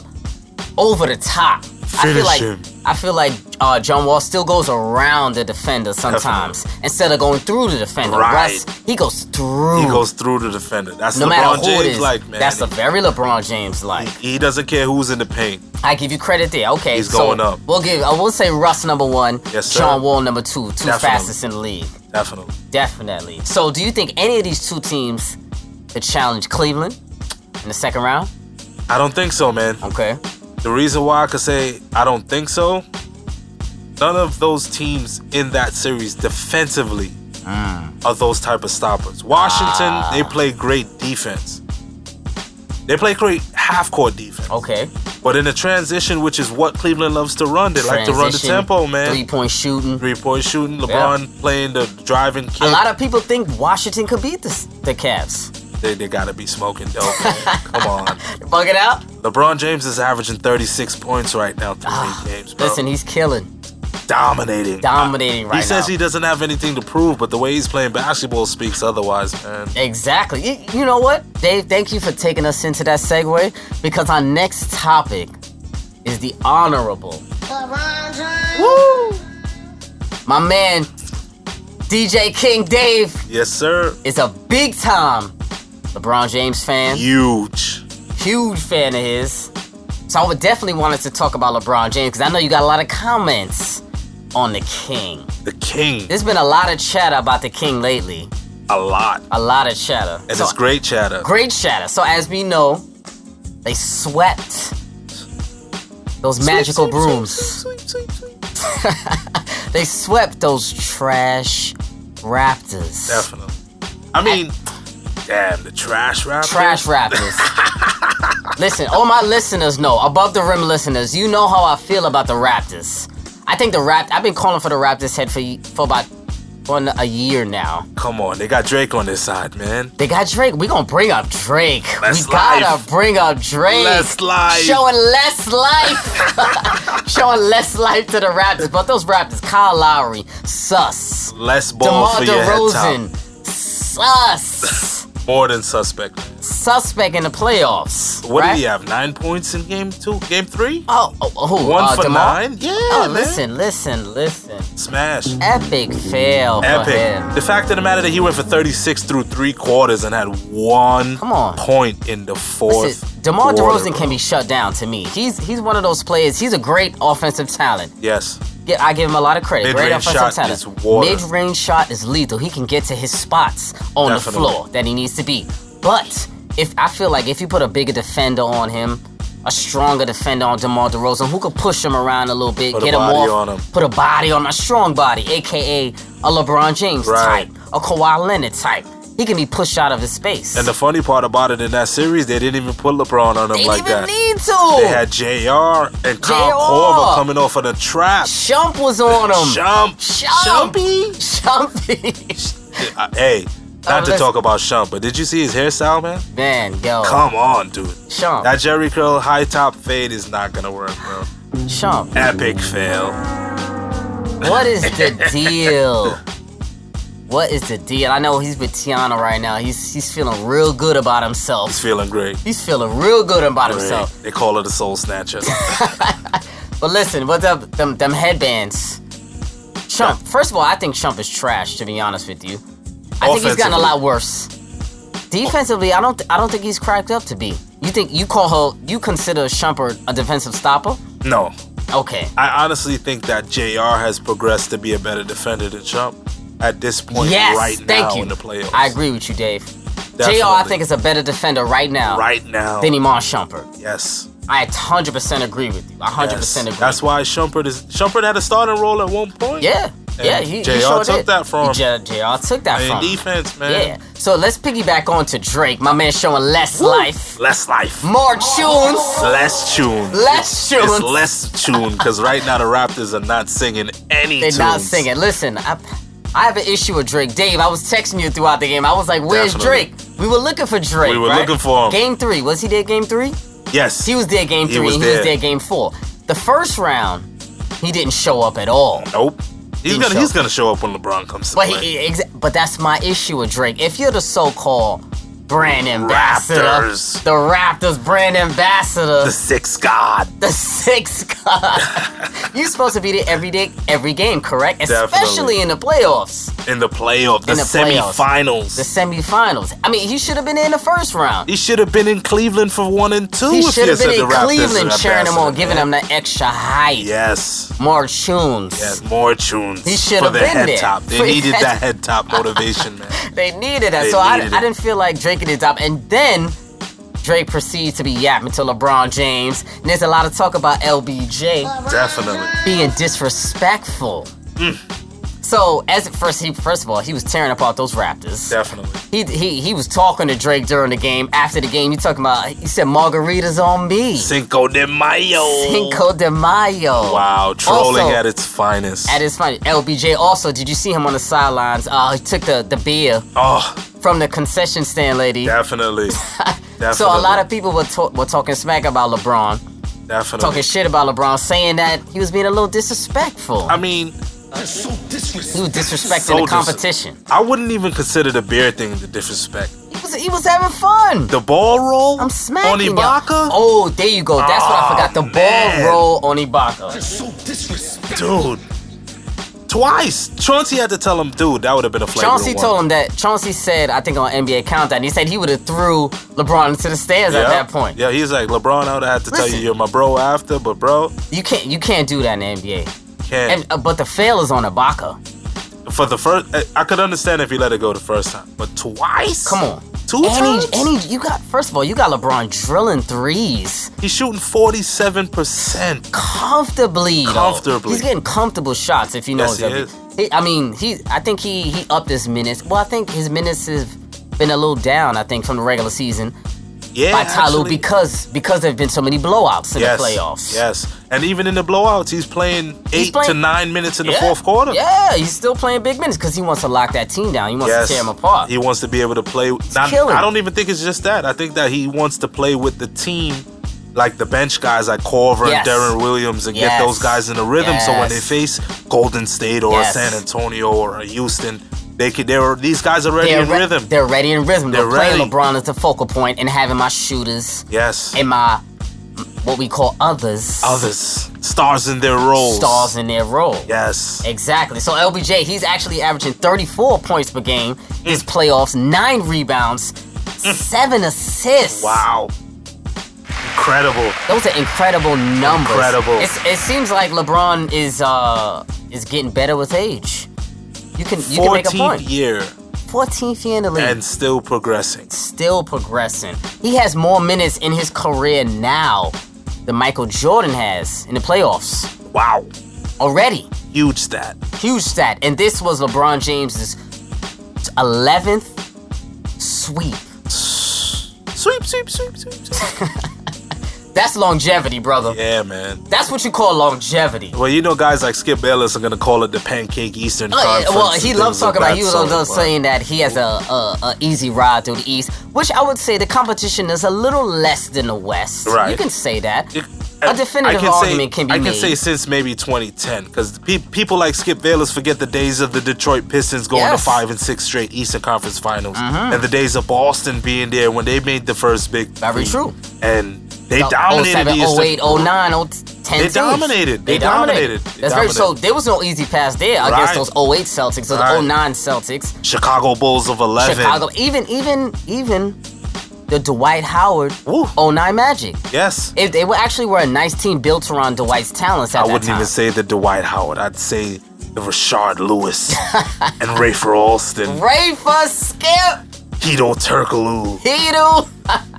Speaker 1: over the top. I feel
Speaker 2: Finish
Speaker 1: like
Speaker 2: him.
Speaker 1: I feel like uh, John Wall still goes around the defender sometimes instead of going through the defender.
Speaker 2: Right.
Speaker 1: Russ, he goes through.
Speaker 2: he goes through the defender. That's
Speaker 1: no
Speaker 2: LeBron
Speaker 1: matter who
Speaker 2: James
Speaker 1: it is.
Speaker 2: like, man.
Speaker 1: That's a very LeBron James like.
Speaker 2: he doesn't care who's in the paint.
Speaker 1: I give you credit there. Okay,
Speaker 2: He's
Speaker 1: so
Speaker 2: going up.
Speaker 1: We'll give. I will say Russ number one.
Speaker 2: Yes, sir.
Speaker 1: John Wall number two. Two
Speaker 2: Definitely.
Speaker 1: fastest in the league.
Speaker 2: Definitely.
Speaker 1: Definitely. So, do you think any of these two teams could challenge Cleveland in the second round?
Speaker 2: I don't think so, man.
Speaker 1: Okay.
Speaker 2: The reason why I could say I don't think so, none of those teams in that series defensively
Speaker 1: Mm.
Speaker 2: are those type of stoppers. Washington,
Speaker 1: Ah.
Speaker 2: they play great defense. They play great half-court defense.
Speaker 1: Okay.
Speaker 2: But in the transition, which is what Cleveland loves to run, they like to run the tempo,
Speaker 1: Three
Speaker 2: man.
Speaker 1: point shooting.
Speaker 2: Three point shooting, LeBron playing the driving kick.
Speaker 1: A lot of people think Washington could beat the, the Cavs.
Speaker 2: they, they gotta be smoking dope. man. Come on.
Speaker 1: Bug it out.
Speaker 2: LeBron James is averaging 36 points right now through eight games, bro.
Speaker 1: Ah, Listen, he's killing,
Speaker 2: dominating.
Speaker 1: dominating right
Speaker 2: he says
Speaker 1: now.
Speaker 2: he doesn't have anything to prove, but the way he's playing basketball speaks otherwise, man.
Speaker 1: Exactly. You, you know what, Dave? Thank you for taking us into that segue because our next topic is the honorable. My man, DJ King Dave,
Speaker 2: Yes, sir.
Speaker 1: is a big time LeBron James fan,
Speaker 2: Huge.
Speaker 1: huge fan of his. So I would definitely wanted to talk about LeBron James because I know you got a lot of comments on the King.
Speaker 2: The king.
Speaker 1: There's been a lot of chatter about the King lately.
Speaker 2: A lot.
Speaker 1: A lot of chatter.
Speaker 2: And
Speaker 1: So-
Speaker 2: it's great chatter.
Speaker 1: great chatter. So as we know, they swept those magical brooms. they swept those trash Raptors.
Speaker 2: Definitely. I mean, damn, the trash rapper.
Speaker 1: Trash Raptors. Listen, all my listeners know, above the rim listeners, you know how I feel about the Raptors. I think the Rapt I've been calling for the Raptors head for y- for about one a year now.
Speaker 2: Come on, they got Drake on this side, man.
Speaker 1: They got Drake. We gonna bring up Drake.
Speaker 2: Less
Speaker 1: we gotta
Speaker 2: life.
Speaker 1: bring up Drake.
Speaker 2: Less life.
Speaker 1: Showing less life. Showing less life to the Raptors. But those Raptors, Kyle Lowry, sus.
Speaker 2: Less ball
Speaker 1: DeMar
Speaker 2: for your
Speaker 1: DeRozan,
Speaker 2: head
Speaker 1: sus.
Speaker 2: top. More than suspect. man.
Speaker 1: Suspect in the playoffs.
Speaker 2: What
Speaker 1: right?
Speaker 2: did he have? Nine points in game two, game three.
Speaker 1: Oh, oh, oh
Speaker 2: One
Speaker 1: uh,
Speaker 2: for
Speaker 1: DeMar?
Speaker 2: nine. Yeah,
Speaker 1: Oh,
Speaker 2: man.
Speaker 1: listen, listen, listen.
Speaker 2: Smash.
Speaker 1: Epic fail for
Speaker 2: Epic.
Speaker 1: him.
Speaker 2: The fact of the matter that he went for 36 through three quarters and had one
Speaker 1: Come on.
Speaker 2: point in the fourth.
Speaker 1: Listen, DeMar
Speaker 2: quarter,
Speaker 1: DeRozan
Speaker 2: bro.
Speaker 1: can be shut down to me. He's he's one of those players. He's a great offensive talent.
Speaker 2: Yes.
Speaker 1: Yeah, I give him a lot of credit. great
Speaker 2: Mid-range
Speaker 1: offensive
Speaker 2: shot
Speaker 1: talent.
Speaker 2: is water.
Speaker 1: Mid-range shot is lethal. He can get to his spots on the
Speaker 2: Definitely.
Speaker 1: floor that he needs to be. But if I feel like if you put a bigger defender on him, a stronger defender on DeMar DeRozan, who could push him around a little bit,
Speaker 2: Put a
Speaker 1: get him
Speaker 2: body
Speaker 1: off,
Speaker 2: on him.
Speaker 1: put a body on him, a strong body, aka a LeBron James
Speaker 2: Right.
Speaker 1: type, a Kawhi Leonard type. He can be pushed out of his space.
Speaker 2: And the funny part about it in that series, they didn't even put LeBron on him
Speaker 1: they didn't
Speaker 2: like
Speaker 1: even
Speaker 2: that.
Speaker 1: need to.
Speaker 2: They had JR and Kyle
Speaker 1: JR.
Speaker 2: Korver coming off of the trap.
Speaker 1: Shump was on him.
Speaker 2: Shump.
Speaker 1: Shump.
Speaker 2: Shumpy.
Speaker 1: Shumpy.
Speaker 2: Uh, hey,
Speaker 1: Oh,
Speaker 2: not to
Speaker 1: listen.
Speaker 2: talk about Shump, but did you see his hairstyle, man?
Speaker 1: Man, yo.
Speaker 2: Come on, dude.
Speaker 1: Shump.
Speaker 2: That Jerry Curl high top fade is not gonna work, bro.
Speaker 1: Shump.
Speaker 2: Epic fail.
Speaker 1: What is the deal? What is the deal? I know he's with Tiana right now. He's he's feeling real good about himself.
Speaker 2: He's feeling great.
Speaker 1: He's feeling real good about
Speaker 2: great.
Speaker 1: himself.
Speaker 2: They call it a soul snatcher.
Speaker 1: But listen, what's up them them headbands? Chump. First of all, I think Chump is trash. To be honest with you, I think he's gotten a
Speaker 2: Offensively.
Speaker 1: lot worse. Defensively, I don't I don't think he's cracked up to be. You think you call her you consider Shumper a defensive stopper?
Speaker 2: no.
Speaker 1: Okay.
Speaker 2: I honestly think that JR has progressed to be a better defender than Chump at this point
Speaker 1: Yes.
Speaker 2: right
Speaker 1: thank
Speaker 2: now
Speaker 1: you.
Speaker 2: in the playoffs.
Speaker 1: I agree with you, Dave.
Speaker 2: Definitely.
Speaker 1: Jr. I think is a better defender right now
Speaker 2: Right now.
Speaker 1: than Iman Shumpert.
Speaker 2: yes.
Speaker 1: I 100% agree with you. 100%
Speaker 2: yes.
Speaker 1: agree.
Speaker 2: That's why Shumpert is Shumpert had a starting role at one point.
Speaker 1: yeah.
Speaker 2: And
Speaker 1: Yeah, he, he
Speaker 2: JR
Speaker 1: sure
Speaker 2: took
Speaker 1: did.
Speaker 2: that from him.
Speaker 1: J- JR took that
Speaker 2: In
Speaker 1: from him.
Speaker 2: defense, man.
Speaker 1: Yeah. So let's piggyback on to Drake, my man showing less life,
Speaker 2: Less life.
Speaker 1: more tunes,
Speaker 2: Less tune.
Speaker 1: less
Speaker 2: It's
Speaker 1: tunes.
Speaker 2: less tune because right now the Raptors are not singing any
Speaker 1: They're
Speaker 2: tunes.
Speaker 1: not singing. Listen, I, I have an issue with Drake. Dave, I was texting you throughout the game. I was like, where's
Speaker 2: Definitely.
Speaker 1: Drake? We were looking for Drake.
Speaker 2: We were
Speaker 1: right?
Speaker 2: looking for him.
Speaker 1: Game three. Was he there game three?
Speaker 2: Yes.
Speaker 1: He was there game
Speaker 2: He
Speaker 1: three
Speaker 2: was
Speaker 1: and he was
Speaker 2: there.
Speaker 1: there game four. The first round, he didn't show up at all.
Speaker 2: Nope. He's
Speaker 1: He
Speaker 2: gonna
Speaker 1: showed-
Speaker 2: he's gonna show up when LeBron comes to
Speaker 1: But
Speaker 2: play.
Speaker 1: he, ex- but that's my issue with Drake. If you're the so-called brand ambassador,
Speaker 2: Raptors.
Speaker 1: the Raptors brand ambassador,
Speaker 2: the sixth god.
Speaker 1: the sixth god, you're supposed to be there every day, every game, correct?
Speaker 2: Definitely.
Speaker 1: Especially in the playoffs,
Speaker 2: in the playoff, the,
Speaker 1: In the playoffs.
Speaker 2: semifinals.
Speaker 1: the semifinals. I mean, he should have been in the first round.
Speaker 2: he should have been in Cleveland for one and two.
Speaker 1: He
Speaker 2: if
Speaker 1: should have
Speaker 2: said
Speaker 1: been in
Speaker 2: the Raptors
Speaker 1: Cleveland
Speaker 2: are
Speaker 1: cheering him
Speaker 2: ambassador,
Speaker 1: on, giving
Speaker 2: man.
Speaker 1: him that extra height,
Speaker 2: Yes.
Speaker 1: more tunes.
Speaker 2: Yes, more tunes.
Speaker 1: He should
Speaker 2: for
Speaker 1: have
Speaker 2: the
Speaker 1: been
Speaker 2: head
Speaker 1: there.
Speaker 2: top. They
Speaker 1: For-
Speaker 2: needed that head top motivation, man.
Speaker 1: They needed that.
Speaker 2: They
Speaker 1: so
Speaker 2: needed
Speaker 1: I, I
Speaker 2: it.
Speaker 1: didn't feel like Drake at the top. And then Drake proceeds to be yapping to LeBron James. And there's a lot of talk about LBJ
Speaker 2: Definitely.
Speaker 1: being disrespectful.
Speaker 2: Mm.
Speaker 1: So as at first he first of all, he was tearing apart those Raptors.
Speaker 2: Definitely.
Speaker 1: He, he he was talking to Drake during the game. After the game, he talking about he said margaritas on me.
Speaker 2: Cinco de Mayo.
Speaker 1: Cinco de Mayo.
Speaker 2: Wow, trolling
Speaker 1: Also-
Speaker 2: at its finest.
Speaker 1: That is funny. LBJ also, did you see him on the sidelines? Uh, he took the, the beer
Speaker 2: oh,
Speaker 1: from the concession stand lady.
Speaker 2: definitely. definitely.
Speaker 1: So a lot of people were, ta- were talking smack about LeBron,
Speaker 2: definitely.
Speaker 1: talking shit about LeBron, saying that he was being a little disrespectful.
Speaker 2: I mean,
Speaker 1: he was disrespecting
Speaker 2: so
Speaker 1: the
Speaker 2: dis-
Speaker 1: competition.
Speaker 2: I wouldn't even consider the beer thing the disrespect.
Speaker 1: he, was, he was having fun.
Speaker 2: The ball roll
Speaker 1: I'm smacking
Speaker 2: on
Speaker 1: y'all.
Speaker 2: Ibaka.
Speaker 1: Oh, there you go. That's what I
Speaker 2: Aw,
Speaker 1: forgot. The
Speaker 2: man.
Speaker 1: ball roll on Ibaka.
Speaker 2: dude. Twice. Chauncey had to tell him, dude, that would have been a flagrant
Speaker 1: Chauncey
Speaker 2: one.
Speaker 1: told him that. Chauncey said, I think on NBA Countdown, he said he would have threw LeBron into the stands at
Speaker 2: Yeah.
Speaker 1: that point.
Speaker 2: Yeah, he's like, LeBron, I would have had to tell
Speaker 1: Listen.
Speaker 2: you you're my bro after, but bro,
Speaker 1: You can't. You can't do that in the NBA.
Speaker 2: can't.
Speaker 1: And, uh, but the fail is on Ibaka.
Speaker 2: for the first, I- I could understand if he let it go the first time, but twice?
Speaker 1: Come on.
Speaker 2: Two
Speaker 1: Any,
Speaker 2: times?
Speaker 1: any, you got first of all, you got LeBron drilling threes
Speaker 2: he's shooting 47%.
Speaker 1: comfortably. though.
Speaker 2: Comfortably.
Speaker 1: he's getting comfortable shots. If you know,
Speaker 2: Yes,
Speaker 1: his
Speaker 2: he
Speaker 1: NBA. He- I mean, he. I think he he upped his minutes. Well, I think his minutes have been a little down. I think from the regular season
Speaker 2: Yeah.
Speaker 1: by Tyloo
Speaker 2: actually.
Speaker 1: because because there've been so many blowouts in
Speaker 2: yes,
Speaker 1: the playoffs.
Speaker 2: Yes. And even in the blowouts, he's playing eight to
Speaker 1: playing-
Speaker 2: nine minutes in the
Speaker 1: Yeah.
Speaker 2: fourth quarter.
Speaker 1: Yeah, he's still playing big minutes because he wants to lock that team down. He wants
Speaker 2: Yes.
Speaker 1: to tear them apart.
Speaker 2: He wants to be able to play. Not,
Speaker 1: killing.
Speaker 2: I don't even think it's just that. I think that he wants to play with the team, like the bench guys like Corver
Speaker 1: Yes.
Speaker 2: and Darren Williams, and
Speaker 1: Yes.
Speaker 2: get those guys in the rhythm. So when they
Speaker 1: Yes.
Speaker 2: face Golden State or
Speaker 1: Yes.
Speaker 2: San Antonio or Houston, they could. They're these guys are ready in
Speaker 1: re-
Speaker 2: rhythm.
Speaker 1: They're ready in rhythm. They're,
Speaker 2: They're
Speaker 1: playing
Speaker 2: ready.
Speaker 1: LeBron as the focal point and having my shooters
Speaker 2: yes.
Speaker 1: and my what we call others
Speaker 2: Others stars in their roles.
Speaker 1: stars in their role.
Speaker 2: Yes.
Speaker 1: Exactly. So LBJ, he's actually averaging 34 points per game this playoffs, nine rebounds, seven assists.
Speaker 2: Wow. Incredible.
Speaker 1: Those are incredible numbers.
Speaker 2: Incredible.
Speaker 1: It's, it seems like LeBron is uh is getting better with age. You can you can make a point.
Speaker 2: Fourteenth year
Speaker 1: 14th year in the league.
Speaker 2: and still progressing.
Speaker 1: still progressing. He has more minutes in his career now than Michael Jordan has in the playoffs
Speaker 2: Wow.
Speaker 1: already.
Speaker 2: Huge stat.
Speaker 1: Huge stat. And this was LeBron James's 11th sweep.
Speaker 2: Sweep, sweep, sweep, sweep. sweep.
Speaker 1: That's longevity, brother.
Speaker 2: yeah, man.
Speaker 1: That's what you call longevity.
Speaker 2: Well, you know, guys like Skip Bayless are gonna call it the Pancake Eastern
Speaker 1: Uh,
Speaker 2: Conference.
Speaker 1: well,
Speaker 2: and
Speaker 1: he
Speaker 2: things
Speaker 1: loves
Speaker 2: of
Speaker 1: talking about
Speaker 2: that
Speaker 1: he was
Speaker 2: sort,
Speaker 1: also
Speaker 2: but-
Speaker 1: saying that he has a, a, a easy ride through the East, which I would say the competition is a little less than the West.
Speaker 2: Right.
Speaker 1: You can say that.
Speaker 2: It-
Speaker 1: A
Speaker 2: I-
Speaker 1: definitive
Speaker 2: I can
Speaker 1: argument
Speaker 2: say,
Speaker 1: can be
Speaker 2: I can
Speaker 1: made.
Speaker 2: say since maybe 2010, because pe- people like Skip Bayless forget the days of the Detroit Pistons going
Speaker 1: Yes. Mm-hmm.
Speaker 2: to five and six straight Eastern Conference Finals, and the days of Boston being there when they made the first big.
Speaker 1: Very
Speaker 2: three.
Speaker 1: true. oh
Speaker 2: And they
Speaker 1: About 07,
Speaker 2: dominated the Eastern.
Speaker 1: 08, 09, 10
Speaker 2: They
Speaker 1: teams.
Speaker 2: dominated. They dominated. They
Speaker 1: That's very so.
Speaker 2: dominated.
Speaker 1: There was no easy pass there
Speaker 2: Right.
Speaker 1: against those 08 Celtics or the
Speaker 2: Right.
Speaker 1: 09 Celtics.
Speaker 2: Chicago Bulls of 11.
Speaker 1: Chicago, even even even the Dwight Howard
Speaker 2: Woo.
Speaker 1: 09 Magic.
Speaker 2: Yes.
Speaker 1: If they were actually were a nice team built around Dwight's talents at
Speaker 2: I
Speaker 1: that
Speaker 2: wouldn't
Speaker 1: time.
Speaker 2: even say the Dwight Howard. I'd say the Rashard Lewis and Rafer Alston,
Speaker 1: Ray for Skip
Speaker 2: Hito Turkoglu.
Speaker 1: Hedo.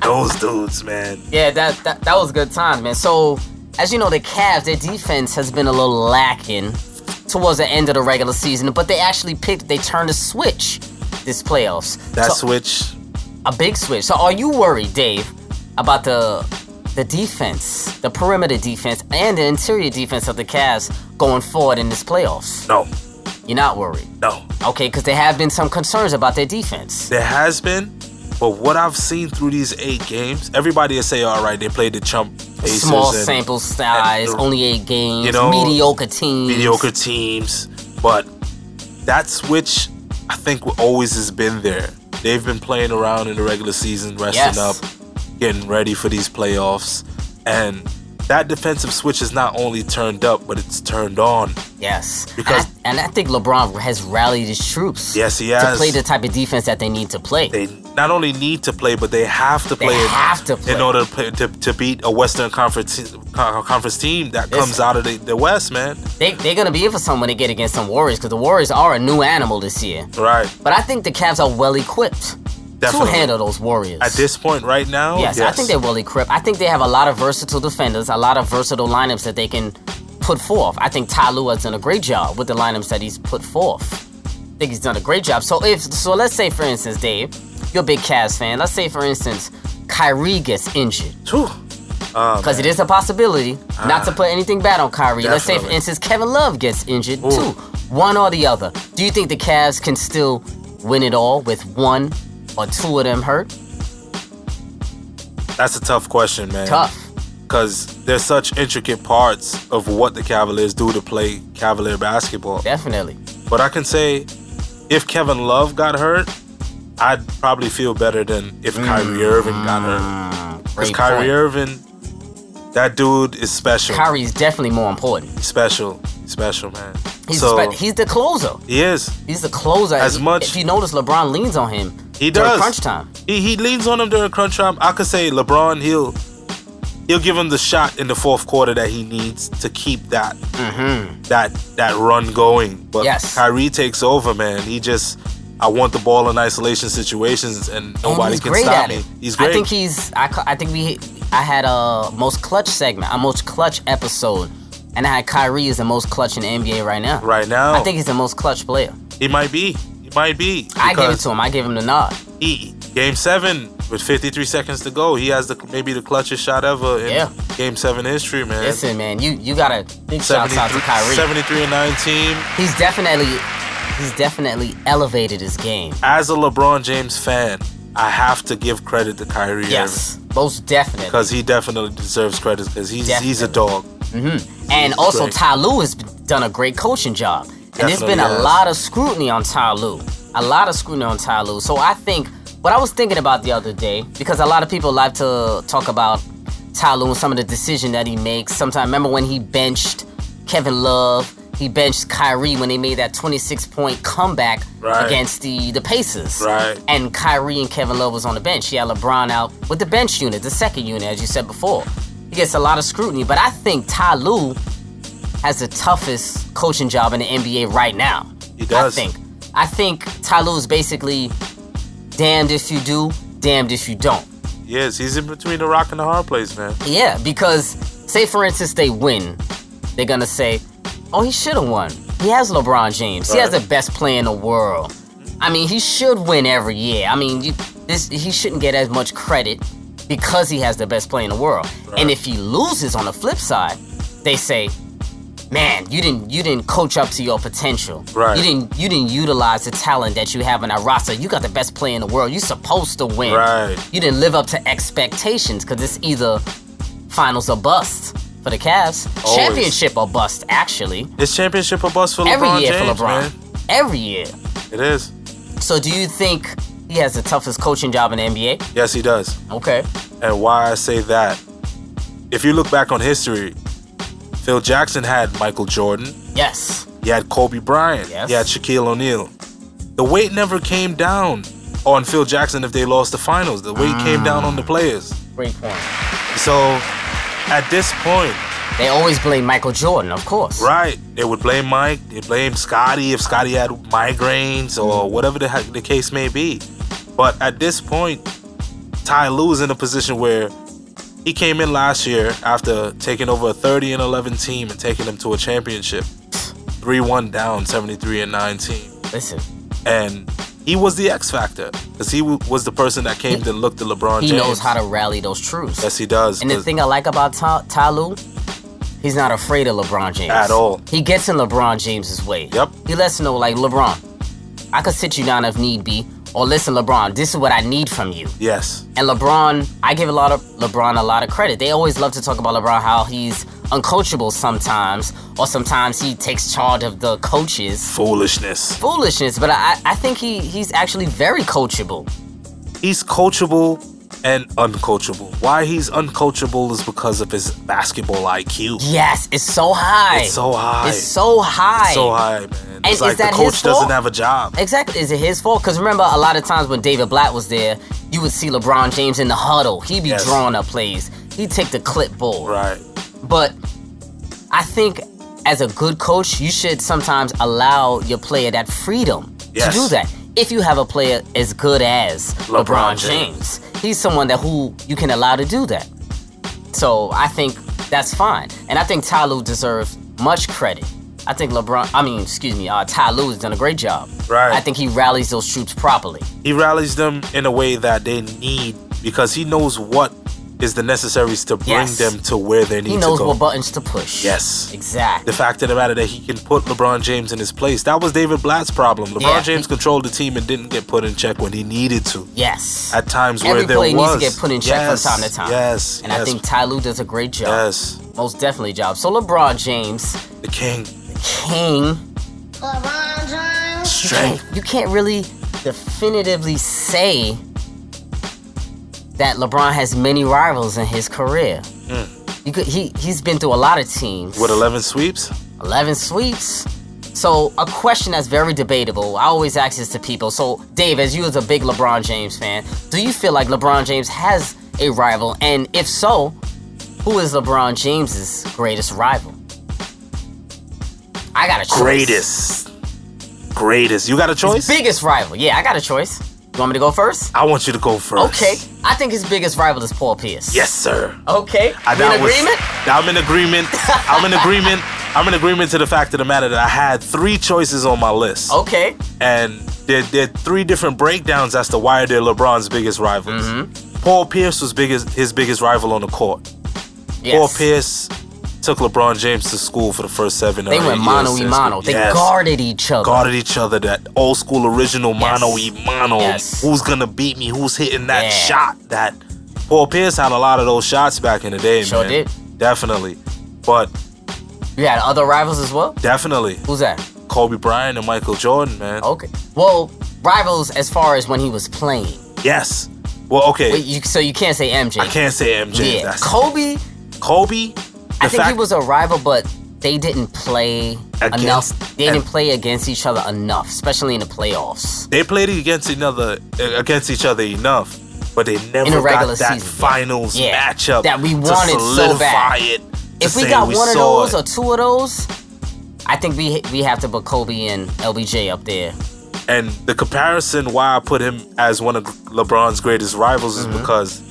Speaker 2: Those dudes, man.
Speaker 1: Yeah, that, that that was good times, man. So, as you know, the Cavs, their defense has been a little lacking towards the end of the regular season, but they actually picked, they turned a switch this playoffs.
Speaker 2: That
Speaker 1: So-
Speaker 2: switch.
Speaker 1: a big switch. So, are you worried, Dave, about the the defense, the perimeter defense, and the interior defense of the Cavs going forward in this playoffs?
Speaker 2: No,
Speaker 1: You're not worried,
Speaker 2: no.
Speaker 1: okay? Because there have been some concerns about their defense.
Speaker 2: There has been, but what I've seen through these eight games, everybody will say, all right, they played the chump Pacers
Speaker 1: Small
Speaker 2: and
Speaker 1: sample size,
Speaker 2: and-
Speaker 1: only eight games,
Speaker 2: You know,
Speaker 1: mediocre teams.
Speaker 2: mediocre teams, but that switch, I think, always has been there. They've been playing around in the regular season, resting
Speaker 1: Yes.
Speaker 2: up, getting ready for these playoffs, and that defensive switch is not only turned up, but it's turned on.
Speaker 1: Yes.
Speaker 2: Because-
Speaker 1: and I, and I think LeBron has rallied his troops.
Speaker 2: Yes, he
Speaker 1: To
Speaker 2: has.
Speaker 1: play the type of defense that they need to play.
Speaker 2: they not only need to play, but they have to play. in-
Speaker 1: have to play.
Speaker 2: in order to, play, to, to beat a Western Conference te- co- conference team that comes
Speaker 1: Listen.
Speaker 2: out of the, the West, man.
Speaker 1: They, they're going to be in for someone to get against some Warriors because the Warriors are a new animal this year.
Speaker 2: Right.
Speaker 1: But I think the Cavs are well equipped to
Speaker 2: Definitely.
Speaker 1: handle those Warriors.
Speaker 2: At this point, right now,
Speaker 1: yes, I think they're well equipped. I think they have a lot of versatile defenders, a lot of versatile lineups that they can put forth. I think Ty Lue has done a great job with the lineups that he's put forth. I think he's done a great job. So if so, let's say for instance, Dave, you're a big Cavs fan. Let's say for instance, Kyrie gets injured.
Speaker 2: Whew.
Speaker 1: Because it is a possibility not to put anything bad on Kyrie. Let's say, for
Speaker 2: Ah. Definitely.
Speaker 1: instance, Kevin Love gets injured too. One or the other. Do you think the Cavs can still win it all with one or two of them hurt?
Speaker 2: That's a tough question, man.
Speaker 1: Tough.
Speaker 2: Because there's such intricate parts of what the Cavaliers do to play Cavalier basketball.
Speaker 1: Definitely.
Speaker 2: But I can say, if Kevin Love got hurt, I'd probably feel better than if Kyrie Irving got hurt. Because
Speaker 1: Mm-hmm. Great
Speaker 2: Kyrie
Speaker 1: point.
Speaker 2: Irving, that dude is special.
Speaker 1: Kyrie's definitely more important.
Speaker 2: special, special man.
Speaker 1: He's,
Speaker 2: so
Speaker 1: spe- he's the closer.
Speaker 2: he is.
Speaker 1: He's the closer.
Speaker 2: As
Speaker 1: If-
Speaker 2: much-
Speaker 1: If you notice, LeBron leans on him.
Speaker 2: He
Speaker 1: during
Speaker 2: does.
Speaker 1: Crunch time.
Speaker 2: He, he leans on him during crunch time. I could say LeBron, he'll he'll give him the shot in the fourth quarter that he needs to keep that that that run going. But
Speaker 1: Yes.
Speaker 2: Kyrie takes over, man. He just I want the ball in isolation situations, and
Speaker 1: And
Speaker 2: nobody
Speaker 1: he's
Speaker 2: can
Speaker 1: great
Speaker 2: stop
Speaker 1: at
Speaker 2: me.
Speaker 1: it.
Speaker 2: He's great.
Speaker 1: I think he's. I, ca- I think we. I had a most clutch segment, a most clutch episode, and I had Kyrie is the most clutch in the NBA right now.
Speaker 2: right now,
Speaker 1: I think he's the most clutch player.
Speaker 2: he might be. He might be.
Speaker 1: I give it
Speaker 2: because
Speaker 1: to him. I give him the nod.
Speaker 2: He, game seven with 53 seconds to go. He has the maybe the clutchest shot ever in
Speaker 1: Yeah.
Speaker 2: game seven history, man.
Speaker 1: Listen, man, you you got a big shout out to Kyrie.
Speaker 2: 73 and 19.
Speaker 1: He's definitely he's definitely elevated his game.
Speaker 2: As a LeBron James fan, I have to give credit to Kyrie
Speaker 1: Yes, most definitely.
Speaker 2: because he definitely deserves credit because he's he's a dog.
Speaker 1: And
Speaker 2: He's
Speaker 1: also,
Speaker 2: great.
Speaker 1: Ty Lue has done a great coaching job. And there's been
Speaker 2: Definitely
Speaker 1: a
Speaker 2: has.
Speaker 1: lot of scrutiny on Ty Lue. A lot of scrutiny on Ty Lue. So I think what I was thinking about the other day, because a lot of people like to talk about Ty Lue and some of the decision that he makes. Sometimes, remember when he benched Kevin Love? He benched Kyrie when they made that 26 point comeback
Speaker 2: Right.
Speaker 1: against the, the Pacers.
Speaker 2: Right.
Speaker 1: And Kyrie and Kevin Love was on the bench. He had LeBron out with the bench unit, the second unit, as you said before. He gets a lot of scrutiny, but I think Ty Lue has the toughest coaching job in the NBA right now.
Speaker 2: He does.
Speaker 1: I think. I think Ty Lue is basically damned if you do, damned if you don't.
Speaker 2: Yes, he's in between the rock and the hard place, man.
Speaker 1: Yeah, because say for instance they win, they're gonna say, "Oh, he should have won. He has LeBron James. He has
Speaker 2: Right.
Speaker 1: the best player in the world. I mean, he should win every year. I mean, you this he shouldn't get as much credit because he has the best play in the world. And if he loses on the flip side, they say, "Man, you didn't you didn't coach up to your potential.
Speaker 2: Right.
Speaker 1: You didn't you didn't utilize the talent that you have in that roster. You got the best play in the world. You're supposed to win.
Speaker 2: Right.
Speaker 1: You didn't live up to expectations because it's either finals or bust." For the Cavs,
Speaker 2: Always.
Speaker 1: championship or bust, actually.
Speaker 2: It's championship or bust for LeBron
Speaker 1: Every year
Speaker 2: James,
Speaker 1: for LeBron.
Speaker 2: man.
Speaker 1: Every year.
Speaker 2: It is.
Speaker 1: So, do you think he has the toughest coaching job in the NBA?
Speaker 2: Yes, he does.
Speaker 1: Okay.
Speaker 2: And why I say that, if you look back on history, Phil Jackson had Michael Jordan,
Speaker 1: Yes.
Speaker 2: he had Kobe Bryant,
Speaker 1: Yes.
Speaker 2: he had Shaquille O'Neal. The weight never came down on Phil Jackson if they lost the finals. The weight came down on the players.
Speaker 1: Great point.
Speaker 2: So at this point,
Speaker 1: They always blame Michael Jordan, of course.
Speaker 2: right, they would blame Mike, they blame Scotty if Scotty had migraines or whatever the, heck the case may be. But at this point, Ty Lue is in a position where he came in last year after taking over a 30 and 11 team and taking them to a championship. 3 1 down, 73 and 9 team.
Speaker 1: Listen,
Speaker 2: And he was the X factor because he w- was the person that came to look to LeBron
Speaker 1: he
Speaker 2: James.
Speaker 1: knows how to rally those troops.
Speaker 2: Yes, he does.
Speaker 1: and the
Speaker 2: 'cause-
Speaker 1: thing I like about Ta- Tyloo, he's not afraid of LeBron James
Speaker 2: At all.
Speaker 1: He gets in LeBron James's way.
Speaker 2: Yep.
Speaker 1: He lets him know, like LeBron, I could sit you down if need be, or listen, LeBron, this is what I need from you.
Speaker 2: yes.
Speaker 1: And LeBron, I give a lot of LeBron a lot of credit. They always love to talk about LeBron how he's uncoachable sometimes, or sometimes he takes charge of the coaches.
Speaker 2: Foolishness.
Speaker 1: Foolishness, but I, I think he, he's actually very coachable.
Speaker 2: he's coachable and uncoachable. Why he's uncoachable is because of his basketball IQ.
Speaker 1: Yes, it's so high.
Speaker 2: It's so high.
Speaker 1: It's so high.
Speaker 2: So high, man.
Speaker 1: is
Speaker 2: It's like
Speaker 1: that
Speaker 2: the
Speaker 1: his
Speaker 2: coach doesn't
Speaker 1: fault?
Speaker 2: have a job.
Speaker 1: Exactly. Is it his fault? Because remember, a lot of times when David Blatt was there, you would see LeBron James in the huddle. He'd be
Speaker 2: Yes.
Speaker 1: drawing up plays. He'd take the clipboard.
Speaker 2: Right.
Speaker 1: But I think as a good coach, you should sometimes allow your player that freedom
Speaker 2: Yes.
Speaker 1: to do that. If you have a player as good as LeBron,
Speaker 2: LeBron
Speaker 1: James, he's someone that who you can allow to do that. So I think that's fine, and I think Tyloo deserves much credit. I think LeBron, I mean, excuse me, uh, Tyloo has done a great job.
Speaker 2: Right.
Speaker 1: I think he rallies those troops properly.
Speaker 2: He rallies them in a way that they need because he knows what is the necessaries to bring
Speaker 1: Yes.
Speaker 2: them to where they need
Speaker 1: He knows
Speaker 2: to go.
Speaker 1: what buttons to push.
Speaker 2: Yes.
Speaker 1: Exactly.
Speaker 2: the fact of the matter that he can put LeBron James in his place. That was David Blatt's problem. LeBron
Speaker 1: Yeah.
Speaker 2: James controlled the team and didn't get put in check when he needed to.
Speaker 1: Yes.
Speaker 2: At times
Speaker 1: Every
Speaker 2: where there
Speaker 1: play needs
Speaker 2: was
Speaker 1: to get put in check
Speaker 2: Yes,
Speaker 1: from time to time.
Speaker 2: Yes,
Speaker 1: And I
Speaker 2: yes,
Speaker 1: think Tyloo does a great job.
Speaker 2: yes,
Speaker 1: Most definitely job. So LeBron James,
Speaker 2: the king.
Speaker 1: King,
Speaker 3: LeBron James.
Speaker 2: strength.
Speaker 1: you can't really definitively say that LeBron has many rivals in his career. You could, he, he's been through a lot of teams.
Speaker 2: Hmm. With 11 sweeps?
Speaker 1: 11 sweeps. So, a question that's very debatable. I always ask this to people. So, Dave, as you as a big LeBron James fan, do you feel like LeBron James has a rival? And if so, who is LeBron James's greatest rival? I got a choice.
Speaker 2: Greatest. Greatest. You got a choice?
Speaker 1: Biggest rival. Yeah, I got a choice. You want me to go first?
Speaker 2: I want you to go first.
Speaker 1: Okay. I think his biggest rival is Paul Pierce.
Speaker 2: Yes, sir.
Speaker 1: Okay.
Speaker 2: I-
Speaker 1: We in
Speaker 2: that was-
Speaker 1: agreement?
Speaker 2: I'm in agreement. I'm in agreement. I'm in agreement to the fact of the matter that I had three choices on my list.
Speaker 1: Okay.
Speaker 2: And there, there are three different breakdowns as to why they're LeBron's biggest rivals.
Speaker 1: Mm-hmm.
Speaker 2: Paul Pierce was biggest, his biggest rival on the court.
Speaker 1: Yes.
Speaker 2: Paul Pierce took LeBron James to school for the first seven or
Speaker 1: They
Speaker 2: eight
Speaker 1: went
Speaker 2: years
Speaker 1: mano
Speaker 2: since
Speaker 1: e
Speaker 2: we-
Speaker 1: mano. They
Speaker 2: Yes.
Speaker 1: guarded each other.
Speaker 2: guarded each other. That old school original mano e mano.
Speaker 1: Yes.
Speaker 2: Who's gonna beat me? Who's hitting that
Speaker 1: Yeah.
Speaker 2: shot? That Paul Pierce had a lot of those shots back in the day.
Speaker 1: Sure
Speaker 2: man.
Speaker 1: did.
Speaker 2: Definitely, but
Speaker 1: You had other rivals as well?
Speaker 2: definitely
Speaker 1: Who's that?
Speaker 2: Kobe Bryant and Michael Jordan, man.
Speaker 1: Okay. Well, rivals as far as when he was playing.
Speaker 2: Yes. Well, okay.
Speaker 1: Wait, you, so you can't say MJ.
Speaker 2: I can't say MJ.
Speaker 1: Yeah,
Speaker 2: That's
Speaker 1: Kobe.
Speaker 2: Kobe.
Speaker 1: I
Speaker 2: the
Speaker 1: think he
Speaker 2: fact-
Speaker 1: was a rival, but they didn't play
Speaker 2: Against-
Speaker 1: enough. They
Speaker 2: and-
Speaker 1: didn't play against each other enough, especially in the playoffs.
Speaker 2: They played against another against each other enough, but they never
Speaker 1: In the regular
Speaker 2: got that
Speaker 1: season, yeah.
Speaker 2: finals
Speaker 1: Yeah.
Speaker 2: matchup
Speaker 1: That we
Speaker 2: to
Speaker 1: wanted so
Speaker 2: solidify
Speaker 1: bad.
Speaker 2: it. to
Speaker 1: If we
Speaker 2: say
Speaker 1: got one of
Speaker 2: saw
Speaker 1: those
Speaker 2: it.
Speaker 1: or two of those, I think we we have to put Kobe and LBJ up there.
Speaker 2: And the comparison why I put him as one of LeBron's greatest rivals
Speaker 1: Mm-hmm.
Speaker 2: is because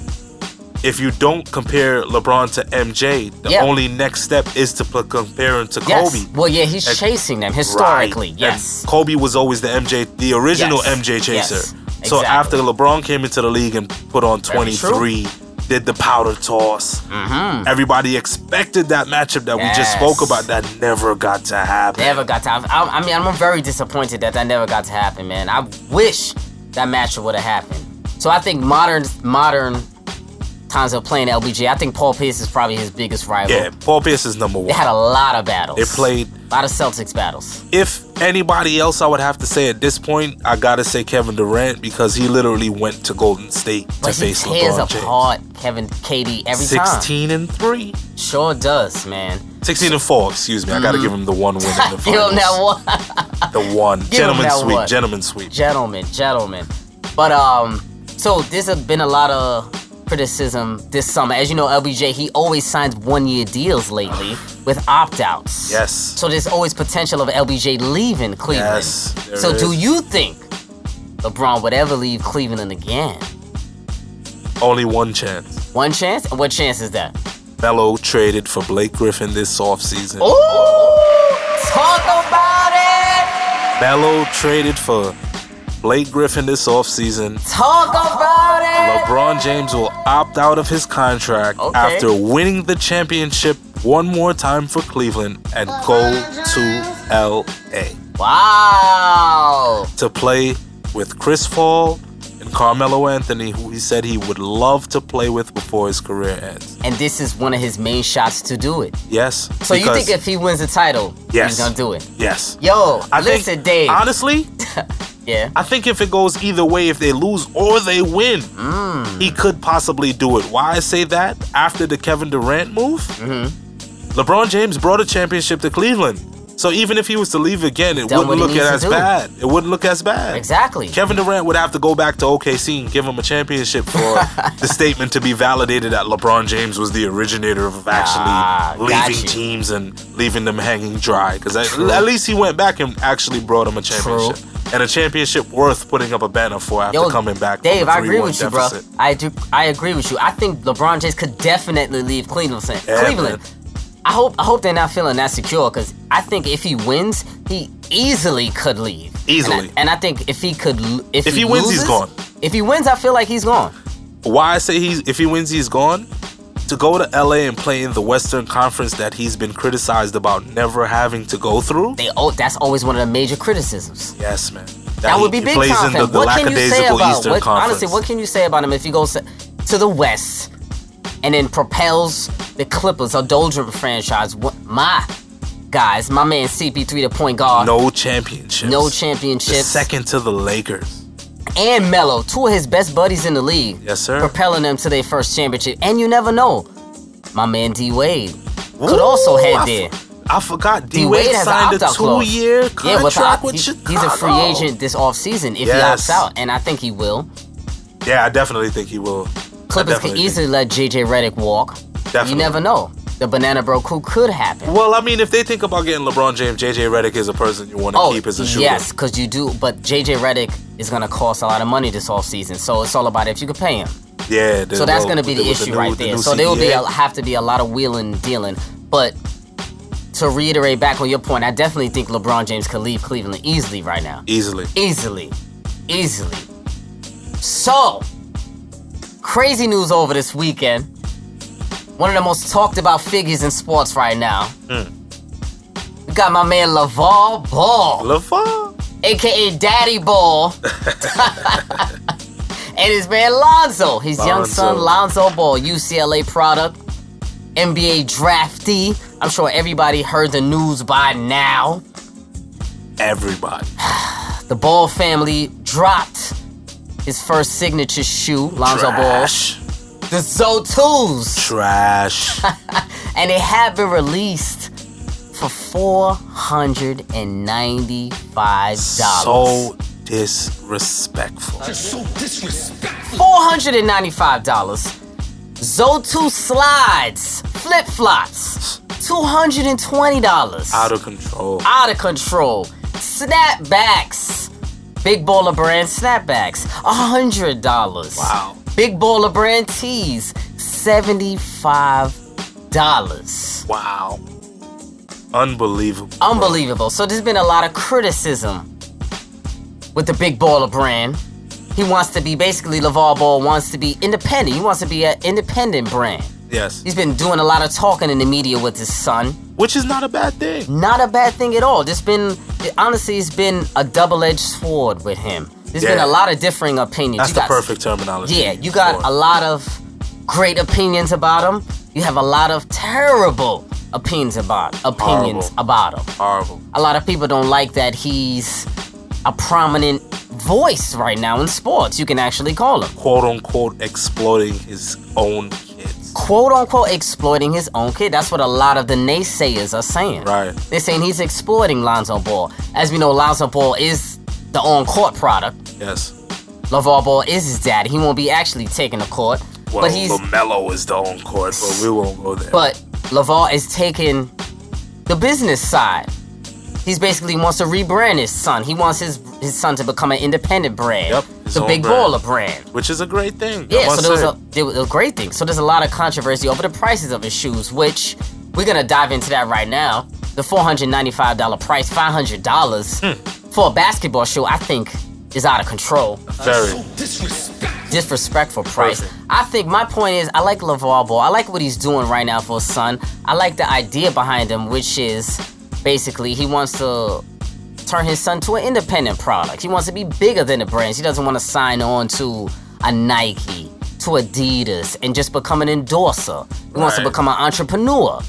Speaker 2: if you don't compare LeBron to MJ, the
Speaker 1: Yeah.
Speaker 2: only next step is to put, compare him to
Speaker 1: Yes.
Speaker 2: Kobe.
Speaker 1: Well, yeah, he's
Speaker 2: And-
Speaker 1: chasing them historically.
Speaker 2: Right.
Speaker 1: Yes.
Speaker 2: And Kobe was always the MJ, the original
Speaker 1: Yes.
Speaker 2: MJ chaser.
Speaker 1: Yes.
Speaker 2: So
Speaker 1: Exactly.
Speaker 2: after LeBron came into the league and put on 23, did the powder toss. Everybody expected that matchup that we just
Speaker 1: Mm-hmm. Yes.
Speaker 2: spoke about that never got to happen.
Speaker 1: Never got to. I, I mean, I'm very disappointed that that never got to happen, man. I wish that matchup would have happened. So I think modern modern times of playing LBJ, I think Paul Pierce is probably his biggest rival.
Speaker 2: Yeah, Paul Pierce is number
Speaker 1: They
Speaker 2: one.
Speaker 1: had a lot of battles.
Speaker 2: They played.
Speaker 1: a lot of Celtics battles.
Speaker 2: If anybody else, I would have to say at this point, I gotta say Kevin Durant because he literally went to Golden State to
Speaker 1: But he
Speaker 2: face
Speaker 1: tears
Speaker 2: LeBron James.
Speaker 1: apart Kevin KD every time.
Speaker 2: 16 and three,
Speaker 1: Sure does, man.
Speaker 2: 16 and four. Excuse me, I
Speaker 1: Mm-hmm.
Speaker 2: gotta give him the one win in the
Speaker 1: Give him that
Speaker 2: finals.
Speaker 1: one.
Speaker 2: The one,
Speaker 1: him
Speaker 2: gentleman
Speaker 1: that
Speaker 2: sweep,
Speaker 1: one.
Speaker 2: gentleman sweep.
Speaker 1: gentlemen, gentlemen. But um, so there's a- been a lot of criticism this summer. As you know, LBJ he always signs one-year deals lately with opt-outs.
Speaker 2: Yes.
Speaker 1: So there's always potential of LBJ leaving Cleveland.
Speaker 2: Yes, there
Speaker 1: So do
Speaker 2: is.
Speaker 1: you think LeBron would ever leave Cleveland again?
Speaker 2: Only one chance.
Speaker 1: One chance? What chance is that?
Speaker 2: Melo traded for Blake Griffin this offseason.
Speaker 1: Ooh, talk about it.
Speaker 2: Melo traded for Blake Griffin this offseason.
Speaker 1: Talk about it.
Speaker 2: LeBron James will opt out of his contract
Speaker 1: Okay.
Speaker 2: after winning the championship one more time for Cleveland and
Speaker 1: Oh.
Speaker 2: go to LA
Speaker 1: Wow.
Speaker 2: to play with Chris Paul and Carmelo Anthony, who he said he would love to play with before his career ends.
Speaker 1: And this is one of his main shots to do it.
Speaker 2: Yes.
Speaker 1: So you
Speaker 2: because-
Speaker 1: think if he wins the title,
Speaker 2: Yes.
Speaker 1: he's gonna do it?
Speaker 2: Yes.
Speaker 1: Yo,
Speaker 2: I
Speaker 1: listen,
Speaker 2: think,
Speaker 1: Dave.
Speaker 2: Honestly,
Speaker 1: yeah.
Speaker 2: I think if it goes either way, if they lose or they win,
Speaker 1: Mm.
Speaker 2: he could possibly do it. Why I say that? After the Kevin Durant move,
Speaker 1: Mm-hmm.
Speaker 2: LeBron James brought a championship to Cleveland. So even if he was to leave again, it
Speaker 1: Done what
Speaker 2: wouldn't
Speaker 1: he
Speaker 2: look
Speaker 1: needs to do.
Speaker 2: as bad. It wouldn't look as bad.
Speaker 1: Exactly.
Speaker 2: Kevin Durant would have to go back to OKC and give him a championship for the statement to be validated that LeBron James was the originator of actually
Speaker 1: Ah, got
Speaker 2: leaving
Speaker 1: you.
Speaker 2: teams and leaving them hanging dry. Because at least he went back and actually brought him a championship. And a championship worth putting up a banner for after
Speaker 1: Yo,
Speaker 2: coming back. from a
Speaker 1: Dave, I agree
Speaker 2: 3-1
Speaker 1: with you, bro.
Speaker 2: deficit.
Speaker 1: I do. I agree with you. I think LeBron James could definitely leave Cleveland.
Speaker 2: Yeah,
Speaker 1: Cleveland. I hope. I hope they're not feeling that secure because I think if he wins, he easily could leave. And I-
Speaker 2: Easily.
Speaker 1: And I, think if he could, l- if,
Speaker 2: If he wins, he's
Speaker 1: loses-
Speaker 2: gone.
Speaker 1: If he wins, I feel like he's gone.
Speaker 2: why I say he's if he wins, he's gone. To go to LA and play in the Western Conference that he's been criticized about never having to go through.
Speaker 1: They. Oh, that's always one of the major criticisms.
Speaker 2: Yes, man.
Speaker 1: That
Speaker 2: he-
Speaker 1: would be
Speaker 2: he
Speaker 1: big
Speaker 2: plays
Speaker 1: time
Speaker 2: in
Speaker 1: for
Speaker 2: the,
Speaker 1: him.
Speaker 2: the
Speaker 1: What can you say
Speaker 2: lackadaisical
Speaker 1: about
Speaker 2: Eastern
Speaker 1: what,
Speaker 2: Conference.
Speaker 1: honestly? What can you say about him if he goes to- to the West and then propels the Clippers, a doldrum franchise? What, my guys, my man CP3, the point guard,
Speaker 2: No championships.
Speaker 1: no
Speaker 2: The
Speaker 1: championships,
Speaker 2: second to the Lakers.
Speaker 1: and Melo, two of his best buddies in the league,
Speaker 2: Yes, sir.
Speaker 1: propelling them to their first championship. And you never know, my man D Wade could
Speaker 2: Ooh,
Speaker 1: also
Speaker 2: I
Speaker 1: head
Speaker 2: f-
Speaker 1: there.
Speaker 2: I forgot. D
Speaker 1: D
Speaker 2: Wade
Speaker 1: Wade has an
Speaker 2: signed
Speaker 1: opt
Speaker 2: a
Speaker 1: out clause.
Speaker 2: two-year contract
Speaker 1: yeah, with,
Speaker 2: with
Speaker 1: he-
Speaker 2: Chicago.
Speaker 1: he's a free agent this offseason if he
Speaker 2: Yes.
Speaker 1: opts out, and I think he will.
Speaker 2: Yeah, I definitely think he will.
Speaker 1: Clippers could
Speaker 2: Definitely.
Speaker 1: easily let JJ Redick walk.
Speaker 2: Definitely.
Speaker 1: You never know. The banana bro coup could happen.
Speaker 2: Well, I mean, if they think about getting LeBron James, JJ Redick is a person you want to
Speaker 1: oh,
Speaker 2: keep as a shooter.
Speaker 1: yes, because you do. But JJ Redick is going to cost a lot of money this offseason. So it's all about if you can pay him.
Speaker 2: Yeah. the-
Speaker 1: So that's
Speaker 2: well,
Speaker 1: going to be
Speaker 2: with
Speaker 1: the
Speaker 2: with
Speaker 1: issue
Speaker 2: new-
Speaker 1: right
Speaker 2: with the
Speaker 1: there.
Speaker 2: new
Speaker 1: so there will be
Speaker 2: CBA.
Speaker 1: a, have to be a lot of wheeling and dealing. But to reiterate back on your point, I definitely think LeBron James could leave Cleveland easily right now.
Speaker 2: easily.
Speaker 1: easily, easily. So, crazy news over this weekend. One of the most talked about figures in sports right now. We got my man LaVar Ball,
Speaker 2: LeVar.
Speaker 1: aka Daddy Ball, and his man Lonzo, his young son Lonzo Ball, UCLA product, NBA draftee. I'm sure everybody heard the news by now.
Speaker 2: Everybody.
Speaker 1: The Ball family dropped his first signature shoe, Lonzo Ball,
Speaker 2: Trash.
Speaker 1: the Zotus,
Speaker 2: Trash.
Speaker 1: and they have been released for four hundred and ninety-five dollars.
Speaker 2: so disrespectful.
Speaker 1: Four hundred and ninety-five dollars. Zotu slides, flip flops, two hundred and twenty dollars.
Speaker 2: Out of control.
Speaker 1: out of control. Snapbacks. Big Baller Brand snapbacks. $100.
Speaker 2: Wow.
Speaker 1: Big Baller Brand tees. $75.
Speaker 2: Wow. Unbelievable.
Speaker 1: Unbelievable. So there's been a lot of criticism with the Big Baller Brand. He wants to be basically LeVar Ball wants to be independent. He wants to be an independent brand.
Speaker 2: Yes.
Speaker 1: He's been doing a lot of talking in the media with his son.
Speaker 2: Which is not a bad thing.
Speaker 1: Not a bad thing at all. This been it- honestly, it's been a double-edged sword with him. There's been
Speaker 2: Yeah.
Speaker 1: a lot of differing opinions.
Speaker 2: That's
Speaker 1: You
Speaker 2: the
Speaker 1: got-
Speaker 2: perfect terminology.
Speaker 1: Yeah, you got
Speaker 2: for
Speaker 1: a
Speaker 2: it.
Speaker 1: lot of great opinions about him. You have a lot of terrible opinions about opinions
Speaker 2: Horrible.
Speaker 1: about him.
Speaker 2: Horrible.
Speaker 1: A lot of people don't like that he's a prominent voice right now in sports. You can actually call him
Speaker 2: Quote unquote exploiting his own kids.
Speaker 1: quote unquote exploiting his own kid. That's what a lot of the naysayers are saying.
Speaker 2: Right.
Speaker 1: They're saying he's exploiting Lonzo Ball. As we know, Lonzo Ball is the on court product.
Speaker 2: Yes.
Speaker 1: LaVar Ball is his daddy. He won't be actually taking the court.
Speaker 2: Well,
Speaker 1: but he's
Speaker 2: LaMelo is the on court, but we won't go there.
Speaker 1: but LaVar is taking the business side. He's basically wants to rebrand his son. He wants his his son to become an independent brand.
Speaker 2: Yep, his
Speaker 1: The
Speaker 2: own
Speaker 1: big
Speaker 2: brand.
Speaker 1: baller brand.
Speaker 2: Which is a great thing. I
Speaker 1: Yeah, so
Speaker 2: must
Speaker 1: there was,
Speaker 2: say.
Speaker 1: a, there was a great thing. So there's a lot of controversy over the prices of his shoes, which we're gonna dive into that right now. The $495 price,
Speaker 2: Hmm.
Speaker 1: $500 for a basketball shoe, I think is out of control.
Speaker 2: very
Speaker 1: Disrespectful price.
Speaker 2: Perfect.
Speaker 1: I think my point is I like LeVar Ball. I like what he's doing right now for his son. I like the idea behind him, which is basically he wants to turn his son to an independent product. He wants to be bigger than the brands. He doesn't want to sign on to a Nike, to Adidas, and just become an endorser. He wants to
Speaker 2: Right.
Speaker 1: become an entrepreneur,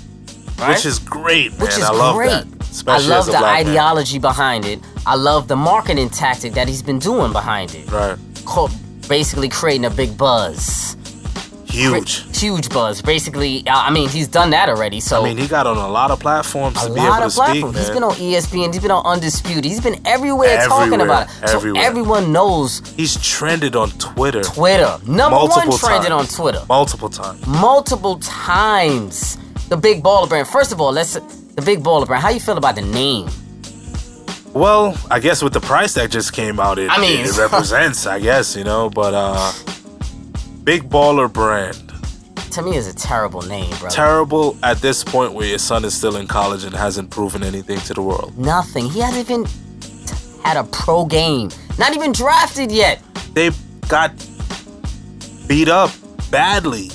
Speaker 1: right?
Speaker 2: which is great, man.
Speaker 1: Which is
Speaker 2: I love
Speaker 1: great.
Speaker 2: that. Especially
Speaker 1: I love
Speaker 2: as a
Speaker 1: the
Speaker 2: black man.
Speaker 1: ideology behind it. I love the marketing tactic that he's been doing behind it.
Speaker 2: Right.
Speaker 1: Co- basically creating a big buzz.
Speaker 2: Huge.
Speaker 1: Huge buzz. Basically, uh, I I mean, he's done that already. So
Speaker 2: I mean, he got on a lot of platforms
Speaker 1: a
Speaker 2: to be able
Speaker 1: lot
Speaker 2: to
Speaker 1: of
Speaker 2: speak,
Speaker 1: platforms.
Speaker 2: man.
Speaker 1: He's been on E ESPN. He's been on Undisputed. He's been everywhere, talking
Speaker 2: Everywhere,
Speaker 1: about it. So
Speaker 2: everywhere.
Speaker 1: everyone knows
Speaker 2: He's trended on Twitter
Speaker 1: Twitter. Number
Speaker 2: Multiple
Speaker 1: one trended on
Speaker 2: times.
Speaker 1: Twitter.
Speaker 2: multiple times.
Speaker 1: Multiple times. The Big Baller Brand. First of all, let's the Big Baller Brand. How you feel about the name?
Speaker 2: Well, I guess with the price that just came out, it,
Speaker 1: I mean-
Speaker 2: it represents, I guess, you know, but uh big baller brand.
Speaker 1: To me, is a terrible name, bro.
Speaker 2: Terrible at this point where your son is still in college and hasn't proven anything to the world.
Speaker 1: Nothing. He hasn't even t- had a pro game. Not even drafted yet.
Speaker 2: They got beat up badly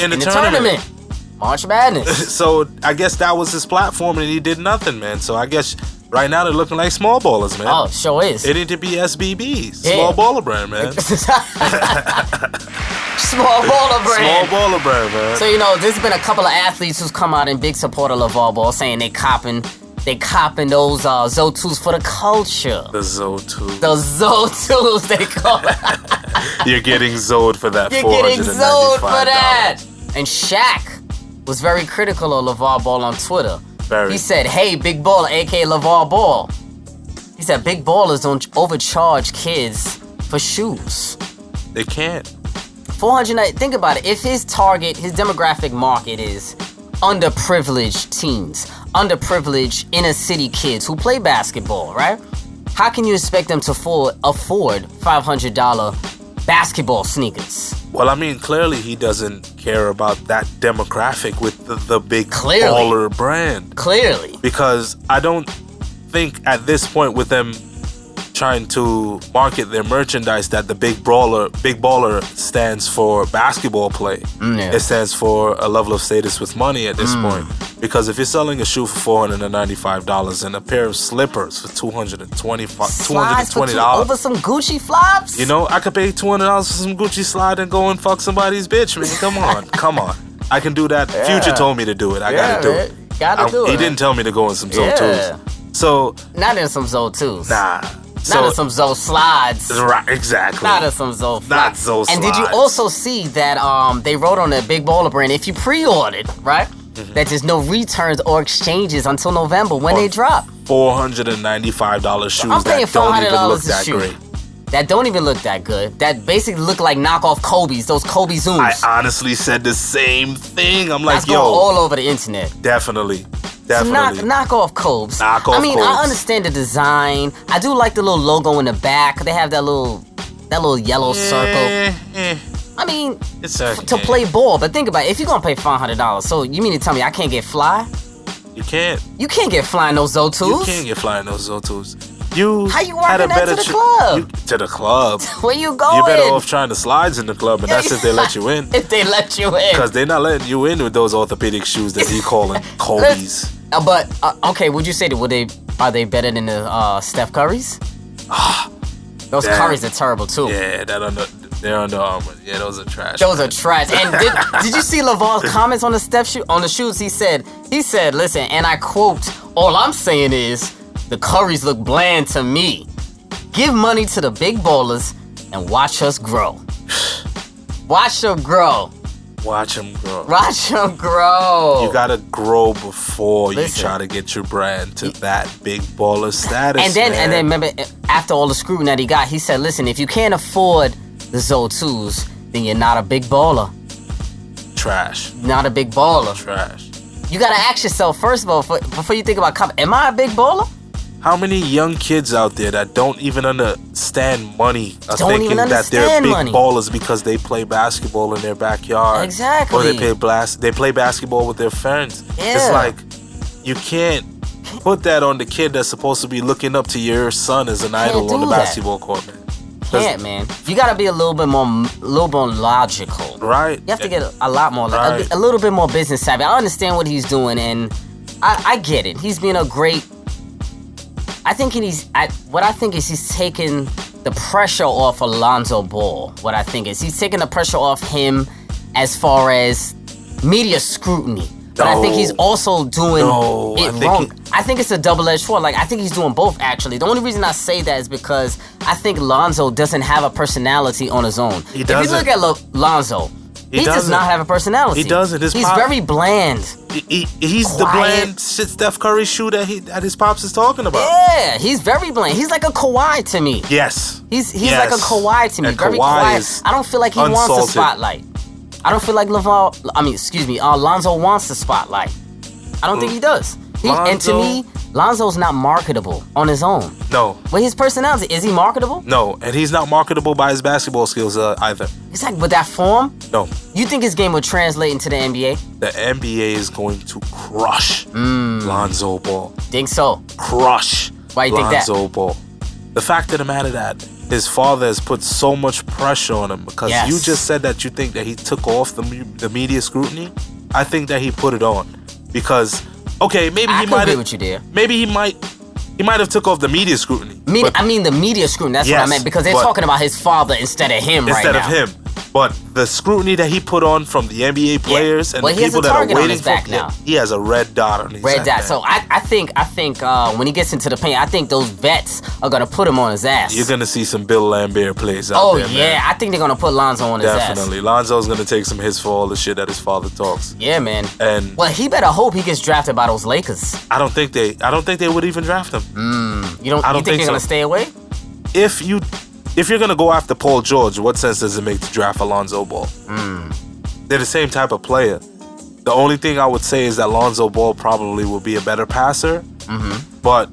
Speaker 2: in the,
Speaker 1: in the
Speaker 2: tournament.
Speaker 1: tournament. March Madness.
Speaker 2: So I guess that was his platform and he did nothing, man. So I guess right now they're looking like small ballers, man.
Speaker 1: oh, sure is.
Speaker 2: It need to be SBB,
Speaker 1: Yeah.
Speaker 2: small baller brand, man.
Speaker 1: Small baller
Speaker 2: Small
Speaker 1: brand.
Speaker 2: baller brand, man.
Speaker 1: So you know, there's been a couple of athletes who's come out in big support of LaVar Ball, saying they copping, they copping those uh, Zotus for the culture.
Speaker 2: the Zotu.
Speaker 1: The Zotus, they call it.
Speaker 2: You're getting Zod for that.
Speaker 1: You're getting zoned
Speaker 2: $495.
Speaker 1: for that. And Shaq was very critical of LaVar Ball on Twitter.
Speaker 2: Very.
Speaker 1: He said, hey, Big Baller, aka LaVar Ball. He said, big ballers don't overcharge kids for shoes.
Speaker 2: They can't.
Speaker 1: 400 think about it if his target his demographic market is underprivileged teens underprivileged inner city kids who play basketball right how can you expect them to afford, afford $500 basketball sneakers
Speaker 2: Well, I mean, clearly he doesn't care about that demographic with the, the big
Speaker 1: Clearly.
Speaker 2: baller brand.
Speaker 1: clearly
Speaker 2: because I don't think at this point with them trying to market their merchandise that the big brawler big baller stands for basketball play.
Speaker 1: Mm, yeah. Mm.
Speaker 2: It stands for a level of status with money at this point. Because if you're selling a shoe for four hundred and ninety-five dollars and a pair of slippers for two hundred and twenty-five two hundred
Speaker 1: Slides
Speaker 2: and
Speaker 1: for
Speaker 2: twenty
Speaker 1: two-
Speaker 2: dollars.
Speaker 1: over some gucci flops
Speaker 2: You know, I could pay two hundred dollars for some Gucci slide and go and fuck somebody's bitch, man. Come on, come on. I can do that. Future told me to do it. I
Speaker 1: Yeah,
Speaker 2: gotta do
Speaker 1: man.
Speaker 2: it.
Speaker 1: Gotta
Speaker 2: I-
Speaker 1: do
Speaker 2: He
Speaker 1: it.
Speaker 2: didn't tell me to go in some zone
Speaker 1: Yeah.
Speaker 2: twos. So
Speaker 1: not in some Zoe 2s
Speaker 2: nah.
Speaker 1: not
Speaker 2: So
Speaker 1: in some Zoe slides
Speaker 2: right, exactly.
Speaker 1: Not a some Zoe
Speaker 2: Not
Speaker 1: flies.
Speaker 2: Zoe
Speaker 1: And did you
Speaker 2: flies.
Speaker 1: also see that um they wrote on the big baller brand if you pre-ordered, right?
Speaker 2: Mm-hmm.
Speaker 1: That there's no returns or exchanges until November when they drop.
Speaker 2: Four hundred and ninety-five dollars shoes
Speaker 1: I'm paying
Speaker 2: that
Speaker 1: four
Speaker 2: don't
Speaker 1: hundred
Speaker 2: even look
Speaker 1: dollars a
Speaker 2: that
Speaker 1: shoe.
Speaker 2: great.
Speaker 1: That don't even look that good. That basically look like knockoff Kobe's, those Kobe Zooms.
Speaker 2: I honestly said the same thing. I'm
Speaker 1: That's
Speaker 2: like,
Speaker 1: going
Speaker 2: yo,
Speaker 1: all over the internet.
Speaker 2: definitely,
Speaker 1: It's knock,
Speaker 2: definitely.
Speaker 1: knockoff Kobe's.
Speaker 2: Knockoff
Speaker 1: I mean, I
Speaker 2: Kobe's.
Speaker 1: understand the design. I do like the little logo in the back. They have that little that little yellow circle.
Speaker 2: Eh, eh,
Speaker 1: I mean,
Speaker 2: it's
Speaker 1: f- to
Speaker 2: okay.
Speaker 1: play ball. But think about it. If you're gonna pay five hundred dollars, so you mean to tell me I can't get fly?
Speaker 2: You can't.
Speaker 1: You can't get fly in those
Speaker 2: You
Speaker 1: O2s.
Speaker 2: can't get flying those Zotos. You
Speaker 1: How you
Speaker 2: had a
Speaker 1: working that to
Speaker 2: better
Speaker 1: the
Speaker 2: ch-
Speaker 1: club?
Speaker 2: you- to the club.
Speaker 1: Where you going?
Speaker 2: You're better off trying the slides in the club, and that's if they let you in.
Speaker 1: if they let you in.
Speaker 2: Because they're not letting you in with those orthopedic shoes that he calling Kobe's.
Speaker 1: Uh, but uh, okay, would you say that would they are they better than the uh, Steph Currys? Those
Speaker 2: Damn.
Speaker 1: Currys are terrible too.
Speaker 2: Yeah, that under they're under armor. Yeah, those are trash.
Speaker 1: Those are trash. And did, did you see LaVar's comments on the step shoe on the shoes? He said, he said, listen, and I quote, all I'm saying is the Currys look bland to me. Give money to the big ballers and watch us grow. Watch them grow.
Speaker 2: Watch them grow.
Speaker 1: Watch them grow.
Speaker 2: You gotta grow before
Speaker 1: Listen.
Speaker 2: you try to get your brand to that big baller status.
Speaker 1: and then and then
Speaker 2: man.
Speaker 1: remember eh, after all the scrutiny that he got, he said, listen, if you can't afford the Zo2s, then you're not a big baller.
Speaker 2: trash,
Speaker 1: Not a big baller.
Speaker 2: trash.
Speaker 1: You gotta ask yourself first of all for, before you think about comp. Am I a big baller?
Speaker 2: How many young kids out there that don't even understand money are
Speaker 1: Don't even
Speaker 2: thinking that they're
Speaker 1: understand
Speaker 2: big
Speaker 1: money.
Speaker 2: ballers because they play basketball in their backyard? Or
Speaker 1: Exactly.
Speaker 2: they play blas- they play basketball with their friends. It's
Speaker 1: Yeah.
Speaker 2: like you can't put that on the kid that's supposed to be looking up to your son as an idol on
Speaker 1: do
Speaker 2: the
Speaker 1: that.
Speaker 2: basketball court, man. 'Cause-
Speaker 1: Can't man. You gotta be a little bit more, a little more logical.
Speaker 2: Right.
Speaker 1: You have to get a, a lot more,
Speaker 2: Right.
Speaker 1: a, a little bit more business savvy. I understand what he's doing, and I, I get it. He's being a great. I think he's. I, what I think is he's taking the pressure off Alonzo Ball. What I think is he's taking the pressure off him as far as media scrutiny. But I think he's
Speaker 2: No.
Speaker 1: also doing
Speaker 2: No, I
Speaker 1: it
Speaker 2: think
Speaker 1: wrong.
Speaker 2: he-
Speaker 1: I think it's a double-edged sword. Like I think he's doing both. Actually, the only reason I say that is because I think Lonzo doesn't have a personality on his own.
Speaker 2: He
Speaker 1: If you
Speaker 2: doesn't.
Speaker 1: look at Lo- Lonzo, he,
Speaker 2: He
Speaker 1: does
Speaker 2: doesn't.
Speaker 1: not have a personality.
Speaker 2: He doesn't. His
Speaker 1: He's
Speaker 2: pop-
Speaker 1: very bland.
Speaker 2: He, he- he's the
Speaker 1: Quiet.
Speaker 2: bland shit Steph Curry shoe that he that his pops is talking about.
Speaker 1: Yeah, he's very bland. He's like a Kawhi to me.
Speaker 2: Yes.
Speaker 1: He's he's
Speaker 2: Yes.
Speaker 1: like a Kawhi to me.
Speaker 2: And
Speaker 1: very
Speaker 2: Kawhi
Speaker 1: quiet.
Speaker 2: is
Speaker 1: I don't feel like he wants
Speaker 2: unsalted.
Speaker 1: a spotlight. I don't feel like LaVar, I mean, excuse me, uh, Lonzo wants the spotlight. I don't think he does. He, and to
Speaker 2: Mm. Lonzo-
Speaker 1: me, Lonzo's not marketable on his own.
Speaker 2: No.
Speaker 1: With his personality, is he marketable?
Speaker 2: No. And he's not marketable by his basketball skills uh, either.
Speaker 1: It's like with that form,
Speaker 2: No.
Speaker 1: you think his game would translate into the NBA?
Speaker 2: The NBA is going to crush Lonzo Ball.
Speaker 1: Think so.
Speaker 2: Crush
Speaker 1: Mm. Why you think
Speaker 2: Lonzo
Speaker 1: that?
Speaker 2: Ball. The fact of the matter that his father has put so much pressure on him because
Speaker 1: Yes.
Speaker 2: you just said that you think that he took off the, me- the media scrutiny. I think that he put it on because okay, maybe
Speaker 1: I
Speaker 2: he
Speaker 1: can
Speaker 2: might
Speaker 1: agree
Speaker 2: have
Speaker 1: with you there.
Speaker 2: maybe he might he might have took off the media scrutiny
Speaker 1: Media,
Speaker 2: but
Speaker 1: I mean the media scrutiny. That's what I
Speaker 2: Yes,
Speaker 1: meant because they're
Speaker 2: but-
Speaker 1: talking about his father instead of him right
Speaker 2: instead
Speaker 1: now.
Speaker 2: of him but the scrutiny that he put on from the NBA players and
Speaker 1: Well,
Speaker 2: the
Speaker 1: he has
Speaker 2: people
Speaker 1: a
Speaker 2: that are
Speaker 1: target on
Speaker 2: waiting
Speaker 1: his
Speaker 2: for
Speaker 1: back
Speaker 2: yeah,
Speaker 1: now.
Speaker 2: he has a red dot on his
Speaker 1: Red
Speaker 2: head,
Speaker 1: dot.
Speaker 2: man.
Speaker 1: So I, I think I think uh, when he gets into the paint, I think those vets are gonna put him on his ass.
Speaker 2: you're gonna see some Bill Lambert plays out
Speaker 1: oh
Speaker 2: there,
Speaker 1: yeah,
Speaker 2: man.
Speaker 1: I think they're gonna put Lonzo on his ass.
Speaker 2: Definitely, Lonzo's gonna take some hits for all the shit that his father talks.
Speaker 1: Yeah, man.
Speaker 2: And-
Speaker 1: well, he better hope he gets drafted by those Lakers.
Speaker 2: I don't think they, I don't think they would even draft him.
Speaker 1: Mm. You don't,
Speaker 2: I don't
Speaker 1: you think,
Speaker 2: think
Speaker 1: they're gonna
Speaker 2: so.
Speaker 1: stay away?
Speaker 2: If you, if you're gonna go after Paul George, what sense does it make to draft Alonzo Ball?
Speaker 1: Mm.
Speaker 2: They're the same type of player. The only thing I would say is that Lonzo Ball probably will be a better passer, but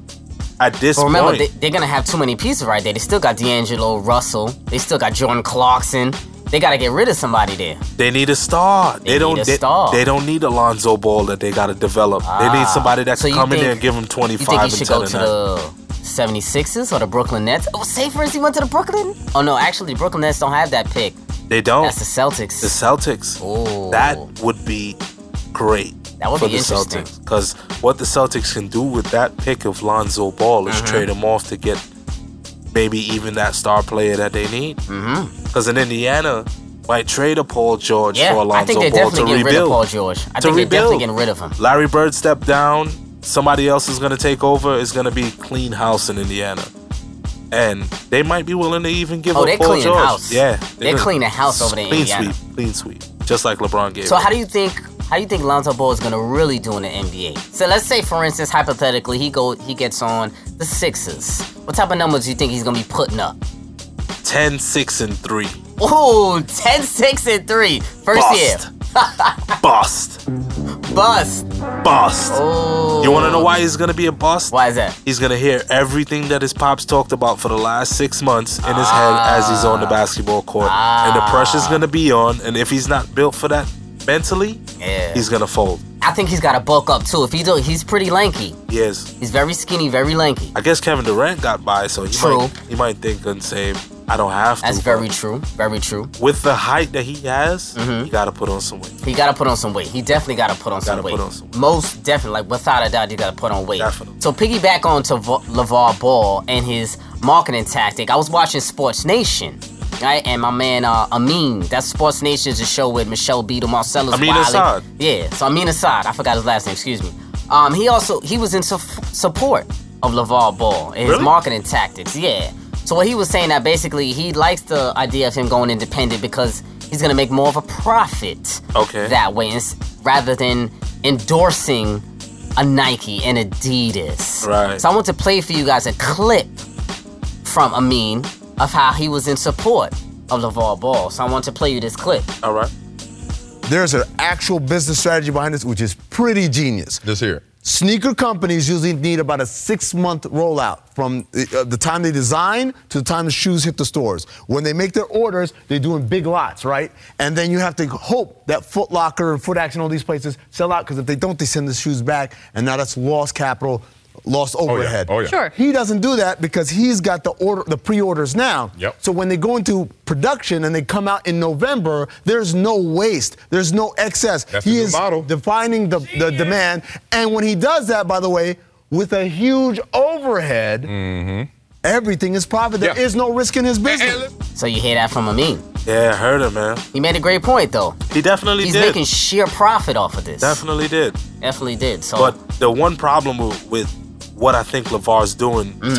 Speaker 2: at this
Speaker 1: Mm-hmm. But remember,
Speaker 2: point,
Speaker 1: they, they're gonna have too many pieces right there. They still got D'Angelo Russell. They still got Jordan Clarkson. They gotta get rid of somebody there.
Speaker 2: They need a star. They,
Speaker 1: need
Speaker 2: don't.
Speaker 1: a
Speaker 2: they,
Speaker 1: star. Ah.
Speaker 2: they don't need Alonzo Ball that they got to develop. they need somebody that
Speaker 1: So
Speaker 2: can
Speaker 1: you
Speaker 2: come in
Speaker 1: think-
Speaker 2: there and give them twenty
Speaker 1: You think he
Speaker 2: five and
Speaker 1: should
Speaker 2: ten
Speaker 1: go
Speaker 2: and
Speaker 1: to
Speaker 2: nine.
Speaker 1: the 76ers or the Brooklyn Nets? Oh, say for instance, he went to the Brooklyn? Oh, no, actually, the Brooklyn Nets don't have that pick.
Speaker 2: They don't.
Speaker 1: That's the Celtics.
Speaker 2: the Celtics.
Speaker 1: Ooh.
Speaker 2: That would be great.
Speaker 1: That would
Speaker 2: for
Speaker 1: be
Speaker 2: the
Speaker 1: interesting.
Speaker 2: Celtics because what the Celtics can do with that pick of Lonzo Ball is
Speaker 1: Mm-hmm.
Speaker 2: trade him off to get maybe even that star player that they need. Because in Indiana, might trade a Paul George
Speaker 1: Mm-hmm. yeah,
Speaker 2: for
Speaker 1: I
Speaker 2: Alonzo
Speaker 1: think they're
Speaker 2: Ball to
Speaker 1: definitely getting rid of
Speaker 2: rebuild.
Speaker 1: Paul George. I
Speaker 2: to
Speaker 1: think they're definitely
Speaker 2: rebuild.
Speaker 1: getting rid of him.
Speaker 2: Larry Bird stepped down. Somebody else is going to take over. It's going to be clean house in Indiana, and they might be willing to even give
Speaker 1: Oh,
Speaker 2: up
Speaker 1: they're
Speaker 2: Paul
Speaker 1: cleaning
Speaker 2: George.
Speaker 1: house.
Speaker 2: Yeah,
Speaker 1: They're
Speaker 2: gonna-
Speaker 1: cleaning house over there in
Speaker 2: Clean
Speaker 1: Indiana.
Speaker 2: sweep, clean sweep, just like LeBron gave.
Speaker 1: So how do you think how you think Lonzo Ball is gonna really do in the NBA? So let's say for instance, hypothetically, he go he gets on the Sixers. What type of numbers do you think he's gonna be putting up?
Speaker 2: 10, 6, and three.
Speaker 1: Ooh, 10, 6, and 3. First
Speaker 2: Bust, bust,
Speaker 1: year. Bust.
Speaker 2: bust.
Speaker 1: Ooh.
Speaker 2: You want to know why he's going to be a bust?
Speaker 1: Oh. Why is that?
Speaker 2: He's gonna hear everything that his pops talked about for the last six months in his
Speaker 1: Ah.
Speaker 2: head as he's on the basketball court, and the pressure's gonna be on. And if he's not built for that, mentally,
Speaker 1: Yeah.
Speaker 2: he's gonna fold.
Speaker 1: I think he's got to bulk up too. If he do, he's pretty lanky.
Speaker 2: He is.
Speaker 1: He's very skinny, very lanky.
Speaker 2: I guess Kevin Durant got by, so he
Speaker 1: True.
Speaker 2: might he might think and say, I don't have to.
Speaker 1: That's
Speaker 2: but
Speaker 1: very true. Very true.
Speaker 2: With the height that he has,
Speaker 1: Mm-hmm.
Speaker 2: he gotta put on some weight.
Speaker 1: He got to put on some weight. He definitely got to put on some
Speaker 2: Gotta
Speaker 1: weight.
Speaker 2: put on some weight.
Speaker 1: Most definitely, like without a doubt, you got to put on weight.
Speaker 2: Definitely.
Speaker 1: So piggyback on to Vo- LeVar Ball and his marketing tactic. I was watching Sports Nation. Right, and my man uh, Amin, that's Sports Nation's a show with Michelle Beadle, Marcellus
Speaker 2: Amin
Speaker 1: Wiley.
Speaker 2: Assad.
Speaker 1: Yeah, so Amin Assad, I forgot his last name. Excuse me. Um, he also he was in su- support of LeVar Ball and his
Speaker 2: Really?
Speaker 1: marketing tactics. Yeah. So what he was saying that basically he likes the idea of him going independent because he's gonna make more of a profit.
Speaker 2: Okay.
Speaker 1: That way, ins- rather than endorsing a Nike and Adidas.
Speaker 2: Right.
Speaker 1: So I want to play for you guys a clip from Amin of how he was in support of LeVar Ball. So I want to play you this clip.
Speaker 2: All right.
Speaker 4: There's an actual business strategy behind this, which is pretty genius.
Speaker 5: This here.
Speaker 4: Sneaker companies usually need about a six month rollout from the, uh, the time they design to the time the shoes hit the stores. When they make their orders, they're doing big lots, right? And then you have to hope that Foot Locker and Foot Action, all these places sell out because if they don't, they send the shoes back, and now that's lost capital, lost overhead.
Speaker 5: Oh, yeah. Sure.
Speaker 4: He doesn't do that because he's got the order, the pre-orders now.
Speaker 5: Yep.
Speaker 4: So when they go into production and they come out in November, there's no waste, there's no excess.
Speaker 5: That's the
Speaker 4: he
Speaker 5: new
Speaker 4: is
Speaker 5: model.
Speaker 4: defining the, the demand, and when he does that, by the way, with a huge overhead, everything is profit. There is
Speaker 5: Mm-hmm. Yeah.
Speaker 4: no risk in his business.
Speaker 1: So you hear that from Amin.
Speaker 2: Yeah, I heard him, man.
Speaker 1: He made a great point though.
Speaker 2: He definitely
Speaker 1: He's
Speaker 2: did.
Speaker 1: making sheer profit off of this.
Speaker 2: definitely did.
Speaker 1: Definitely did. So
Speaker 2: But the one problem with, with what I think LeVar's doing
Speaker 1: Mm-hmm.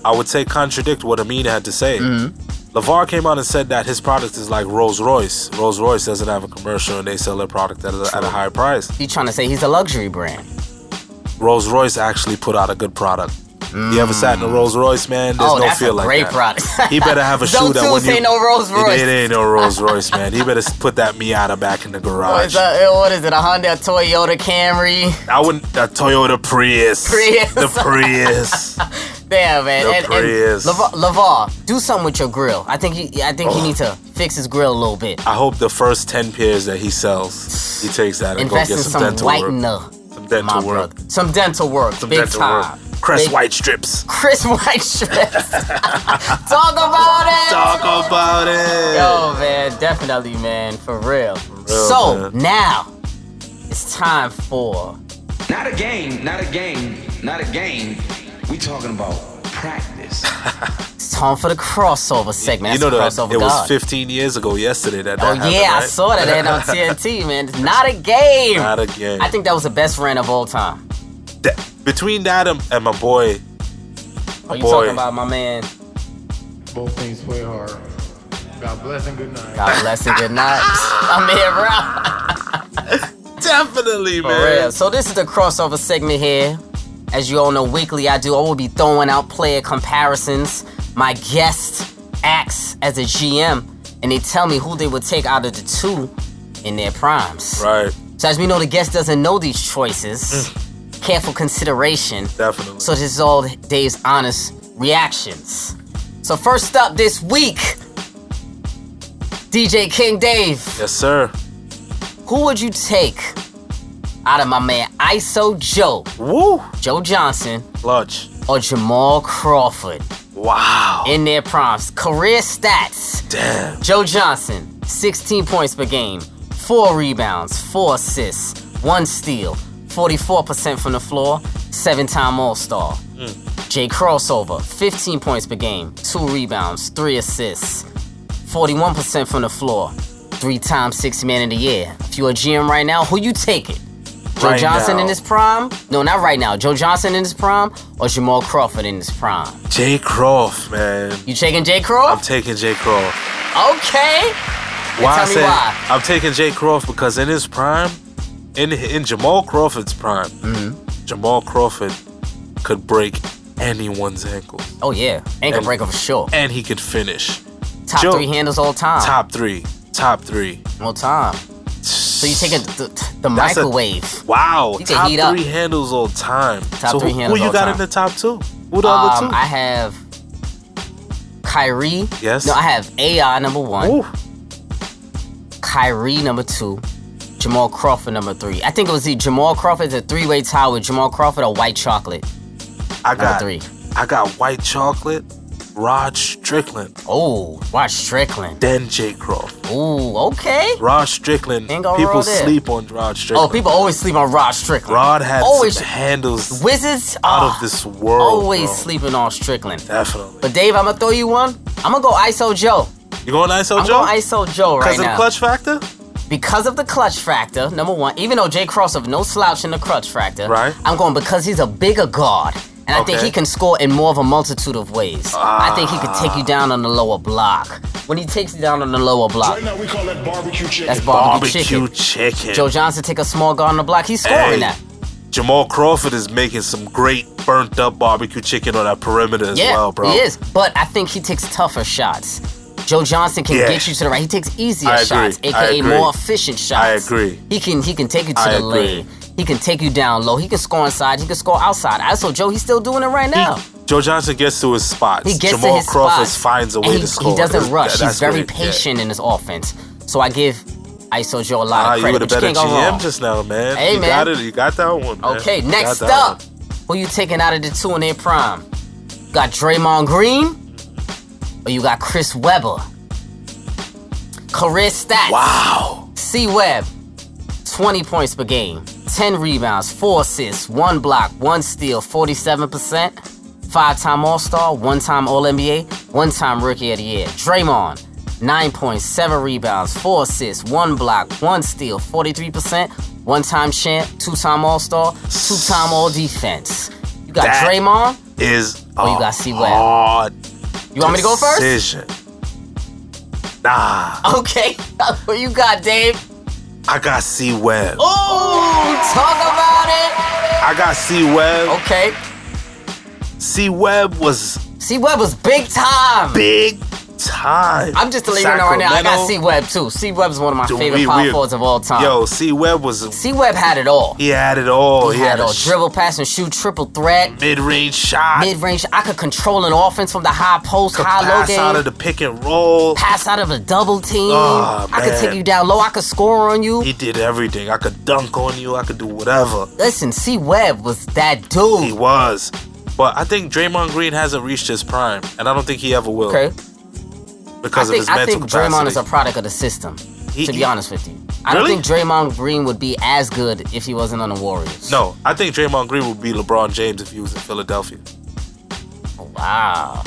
Speaker 2: to, I would say, contradict what Amin had to say.
Speaker 1: Mm-hmm.
Speaker 2: LeVar came out and said that his product is like Rolls Royce. Rolls Royce doesn't have a commercial and they sell their product at a, at a higher price.
Speaker 1: he's trying to say he's a luxury brand.
Speaker 2: Rolls Royce actually put out a good product. You ever sat in a Rolls Royce, man? There's
Speaker 1: Mm. Oh,
Speaker 2: no
Speaker 1: that's a
Speaker 2: feel like
Speaker 1: great
Speaker 2: that.
Speaker 1: product.
Speaker 2: he better have a shoe
Speaker 1: Don't
Speaker 2: that when
Speaker 1: Tuesday
Speaker 2: you
Speaker 1: no Rolls Royce.
Speaker 2: It, it ain't no Rolls Royce, man. He better s- put that Miata back in the
Speaker 1: What
Speaker 2: garage.
Speaker 1: is, that? what is it? A Honda, a Toyota Camry?
Speaker 2: I wouldn't a Toyota Prius.
Speaker 1: Prius.
Speaker 2: The Prius.
Speaker 1: Damn, man.
Speaker 2: The
Speaker 1: and,
Speaker 2: Prius.
Speaker 1: And Lavar, Lavar, do something with your grill. I think he, I think
Speaker 2: Oh.
Speaker 1: he needs to fix his grill a little bit.
Speaker 2: I hope the first ten pairs that he sells, he takes that and
Speaker 1: Invest
Speaker 2: go
Speaker 1: in
Speaker 2: get some,
Speaker 1: some
Speaker 2: dental work.
Speaker 1: whitener.
Speaker 2: Some dental
Speaker 1: My
Speaker 2: work.
Speaker 1: brother. Some dental work.
Speaker 2: Some
Speaker 1: big
Speaker 2: dental
Speaker 1: time.
Speaker 2: work. Crest
Speaker 1: Big-
Speaker 2: white strips.
Speaker 1: Chris White strips. Talk about it.
Speaker 2: Talk about it.
Speaker 1: Yo, man, definitely, man, for real.
Speaker 2: real,
Speaker 1: so
Speaker 2: man.
Speaker 1: now it's time for
Speaker 6: Not a game, not a game, not a game. We talking about practice.
Speaker 1: it's time for the crossover segment.
Speaker 2: you know
Speaker 1: That's
Speaker 2: that
Speaker 1: the crossover
Speaker 2: it was
Speaker 1: god.
Speaker 2: 15 years ago yesterday that that
Speaker 1: Oh
Speaker 2: happened,
Speaker 1: yeah, I
Speaker 2: right?
Speaker 1: saw that ad on TNT, man. It's not a game.
Speaker 2: Not a game.
Speaker 1: I think that was the best rant of all time.
Speaker 2: that, between that and, and my boy,
Speaker 1: Are you
Speaker 2: boy.
Speaker 1: talking about my man?
Speaker 7: Both teams play hard. God bless and good night.
Speaker 1: God bless and good night. I'm here, bro.
Speaker 2: definitely,
Speaker 1: For
Speaker 2: man.
Speaker 1: real. So this is the crossover segment here. As you all know, weekly I do. I will be throwing out player comparisons. My guest acts as a GM, and they tell me who they would take out of the two in their primes.
Speaker 2: Right,
Speaker 1: So as we know, the guest doesn't know these choices.
Speaker 2: Mm.
Speaker 1: Careful consideration.
Speaker 2: definitely.
Speaker 1: So this is all Dave's honest reactions. So first up this week, DJ King Dave,
Speaker 2: yes, sir.
Speaker 1: who would you take out of my man ISO Joe,
Speaker 2: Woo!
Speaker 1: Joe Johnson,
Speaker 2: Clutch.
Speaker 1: or Jamal Crawford
Speaker 2: Wow.
Speaker 1: in their prompts? Career stats:
Speaker 2: Damn.
Speaker 1: Joe Johnson, 16 points per game, four rebounds, four assists, one steal, 44% from the floor, seven-time All-Star.
Speaker 2: Hmm.
Speaker 1: Jay Crossover, 15 points per game, 2 rebounds, 3 assists, 41% from the floor, 3 times 6 man of the year. If you're a GM right now, who you taking? Joe
Speaker 2: Right
Speaker 1: Johnson
Speaker 2: now.
Speaker 1: in his prime? No, not right now. Joe Johnson in his prime or Jamal Crawford in his prime?
Speaker 2: Jay Croft, man.
Speaker 1: You taking Jay
Speaker 2: I'm
Speaker 1: Croft?
Speaker 2: taking Jay Croft.
Speaker 1: Okay.
Speaker 2: Why I
Speaker 1: tell me
Speaker 2: say
Speaker 1: why.
Speaker 2: I'm taking Jay Croft because in his prime, in in Jamal Crawford's prime,
Speaker 1: Mm-hmm.
Speaker 2: Jamal Crawford could break anyone's ankle,
Speaker 1: Oh yeah, ankle
Speaker 2: And-
Speaker 1: breaker for sure.
Speaker 2: and he could finish
Speaker 1: Top
Speaker 2: Joe-
Speaker 1: three handles all time.
Speaker 2: top three, top three.
Speaker 1: all time. So you taking the, the
Speaker 2: That's a-
Speaker 1: microwave?
Speaker 2: Wow,
Speaker 1: You can
Speaker 2: top
Speaker 1: heat
Speaker 2: three
Speaker 1: up.
Speaker 2: handles all time.
Speaker 1: Top
Speaker 2: so
Speaker 1: three
Speaker 2: who,
Speaker 1: handles
Speaker 2: Who you
Speaker 1: all
Speaker 2: got
Speaker 1: time.
Speaker 2: in the top two? Who the other
Speaker 1: Um,
Speaker 2: two?
Speaker 1: I have Kyrie.
Speaker 2: Yes.
Speaker 1: No, I have AI number one.
Speaker 2: Ooh,
Speaker 1: Kyrie number two, Jamal Crawford number three. I think it was the Jamal Crawford it's a three way tie with Jamal Crawford or White Chocolate.
Speaker 2: I got
Speaker 1: three.
Speaker 2: I got white chocolate, Rod Strickland,
Speaker 1: Oh, watch Strickland.
Speaker 2: then Jake Croft.
Speaker 1: Ooh, okay.
Speaker 2: Rod Strickland.
Speaker 1: Ain't gonna roll
Speaker 2: People
Speaker 1: there.
Speaker 2: sleep on Rod Strickland.
Speaker 1: Oh, people always sleep on Rod Strickland.
Speaker 2: Rod had
Speaker 1: always
Speaker 2: some handles
Speaker 1: Wizards
Speaker 2: out
Speaker 1: ah,
Speaker 2: of this world.
Speaker 1: always
Speaker 2: bro.
Speaker 1: sleeping on Strickland.
Speaker 2: Definitely.
Speaker 1: But Dave, I'm gonna throw you one. I'm gonna go ISO Joe.
Speaker 2: You going ISO
Speaker 1: I'm
Speaker 2: Joe?
Speaker 1: going ISO Joe right
Speaker 2: Because of
Speaker 1: now
Speaker 2: the clutch factor?
Speaker 1: because of the clutch factor. Number one, even though Jay Cross of no slouch in the clutch factor,
Speaker 2: Right.
Speaker 1: I'm going because he's a bigger guard, and I think
Speaker 2: Okay.
Speaker 1: he can score in more of a multitude of ways. I think he could take you down on the lower block. When he takes you down on the lower block,
Speaker 7: Right now we call that barbecue chicken.
Speaker 1: that's barbecue,
Speaker 2: Barbecue
Speaker 1: chicken.
Speaker 2: chicken.
Speaker 1: Joe Johnson take a small guard on the block. He's scoring
Speaker 2: Hey.
Speaker 1: that.
Speaker 2: Jamal Crawford is making some great burnt up barbecue chicken on that perimeter as
Speaker 1: Yeah,
Speaker 2: well, bro.
Speaker 1: he is. But I think he takes tougher shots. Joe Johnson can
Speaker 2: Yeah.
Speaker 1: get you to the right. He takes easier
Speaker 2: I agree.
Speaker 1: shots,
Speaker 2: I
Speaker 1: aka
Speaker 2: agree.
Speaker 1: more efficient shots.
Speaker 2: agree.
Speaker 1: He can he can take you to
Speaker 2: I
Speaker 1: the
Speaker 2: agree.
Speaker 1: lane. He can take you down low. He can score inside. He can score outside. I saw Joe. He's still doing it right now.
Speaker 2: Joe Johnson gets to his spots.
Speaker 1: He gets
Speaker 2: Jamal
Speaker 1: to his
Speaker 2: Crawford
Speaker 1: spots,
Speaker 2: finds a
Speaker 1: and
Speaker 2: way
Speaker 1: he,
Speaker 2: to score.
Speaker 1: He doesn't
Speaker 2: That-
Speaker 1: rush.
Speaker 2: that's
Speaker 1: He's very
Speaker 2: great. Yeah.
Speaker 1: patient in his offense. So I give ISO Joe a lot
Speaker 2: Ah,
Speaker 1: of
Speaker 2: you
Speaker 1: credit.
Speaker 2: were the
Speaker 1: but
Speaker 2: better
Speaker 1: you can't go
Speaker 2: GM
Speaker 1: wrong.
Speaker 2: just now, man.
Speaker 1: Hey,
Speaker 2: you
Speaker 1: man.
Speaker 2: got it. You got that one. man.
Speaker 1: Okay,
Speaker 2: You got
Speaker 1: next
Speaker 2: that
Speaker 1: up,
Speaker 2: one.
Speaker 1: who you taking out of the two in their prime? You got Draymond Green, or you got Chris Webber? Career stats:
Speaker 2: Wow.
Speaker 1: C Web, 20 points per game, 10 rebounds, 4 assists, 1 block, 1 steal, 47%, 5 time All Star, 1 time All NBA, 1 time Rookie of the Year. Draymond, 9 points, 7 rebounds, 4 assists, 1 block, 1 steal, 43%, 1 time champ, 2 time All Star, 2 time All Defense. You got
Speaker 2: That-
Speaker 1: Draymond?
Speaker 2: Is
Speaker 1: Oh, you
Speaker 2: a
Speaker 1: gotta see what-
Speaker 2: hard
Speaker 1: You want me to go first?
Speaker 2: Decision. Nah,
Speaker 1: Okay. what you got, Dave?
Speaker 2: I got C Web.
Speaker 1: Oh, talk about
Speaker 2: I got C Web.
Speaker 1: it. Okay.
Speaker 2: C Web was
Speaker 1: C Web was big time.
Speaker 2: big time.
Speaker 1: I'm just to let you know right now, I got C
Speaker 2: Sacramento.
Speaker 1: Web too. C Web's one of my
Speaker 2: Dude,
Speaker 1: favorite
Speaker 2: we-
Speaker 1: power
Speaker 2: we-
Speaker 1: forwards of all time.
Speaker 2: Yo, C Web was
Speaker 1: C Web had it all.
Speaker 2: he had it all.
Speaker 1: he had it all.
Speaker 2: a
Speaker 1: Dribble, pass, and shoot, triple threat,
Speaker 2: mid range shot.
Speaker 1: mid range. I could control an offense from the high post,
Speaker 2: could
Speaker 1: high low
Speaker 2: pass
Speaker 1: game.
Speaker 2: out of the pick and roll.
Speaker 1: pass out of a double team.
Speaker 2: Oh,
Speaker 1: I could
Speaker 2: man.
Speaker 1: take you down low. I could score on you.
Speaker 2: He did everything. I could dunk on you. I could do whatever.
Speaker 1: Listen, C Web was that
Speaker 2: He
Speaker 1: dude.
Speaker 2: was. But I think Draymond Green hasn't reached his prime, and I don't think he ever will
Speaker 1: Okay. I
Speaker 2: because of
Speaker 1: think,
Speaker 2: his
Speaker 1: I
Speaker 2: mental
Speaker 1: think
Speaker 2: capacity.
Speaker 1: Draymond is a product of the system,
Speaker 2: He-
Speaker 1: to be
Speaker 2: he-
Speaker 1: honest with you. I don't
Speaker 2: Really?
Speaker 1: think Draymond Green would be as good if he wasn't on the Warriors.
Speaker 2: no, I think Draymond Green would be LeBron James if he was in Philadelphia.
Speaker 1: Wow.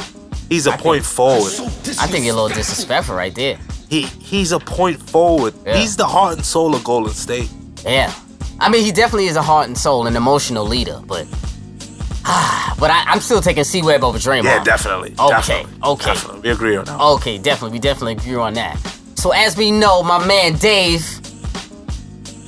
Speaker 2: He's a point forward.
Speaker 1: I think you're a little disrespectful right there.
Speaker 2: He he's a point forward.
Speaker 1: Yeah.
Speaker 2: He's the heart and soul of Golden State.
Speaker 1: Yeah. I mean, he definitely is a heart and soul and emotional leader, but. ah, but I, I'm still taking C Web over Draymond.
Speaker 2: Yeah, definitely.
Speaker 1: Okay,
Speaker 2: Definitely.
Speaker 1: okay.
Speaker 2: Definitely. We agree on that.
Speaker 1: Okay, definitely. We definitely agree on that. So, as we know, my man Dave,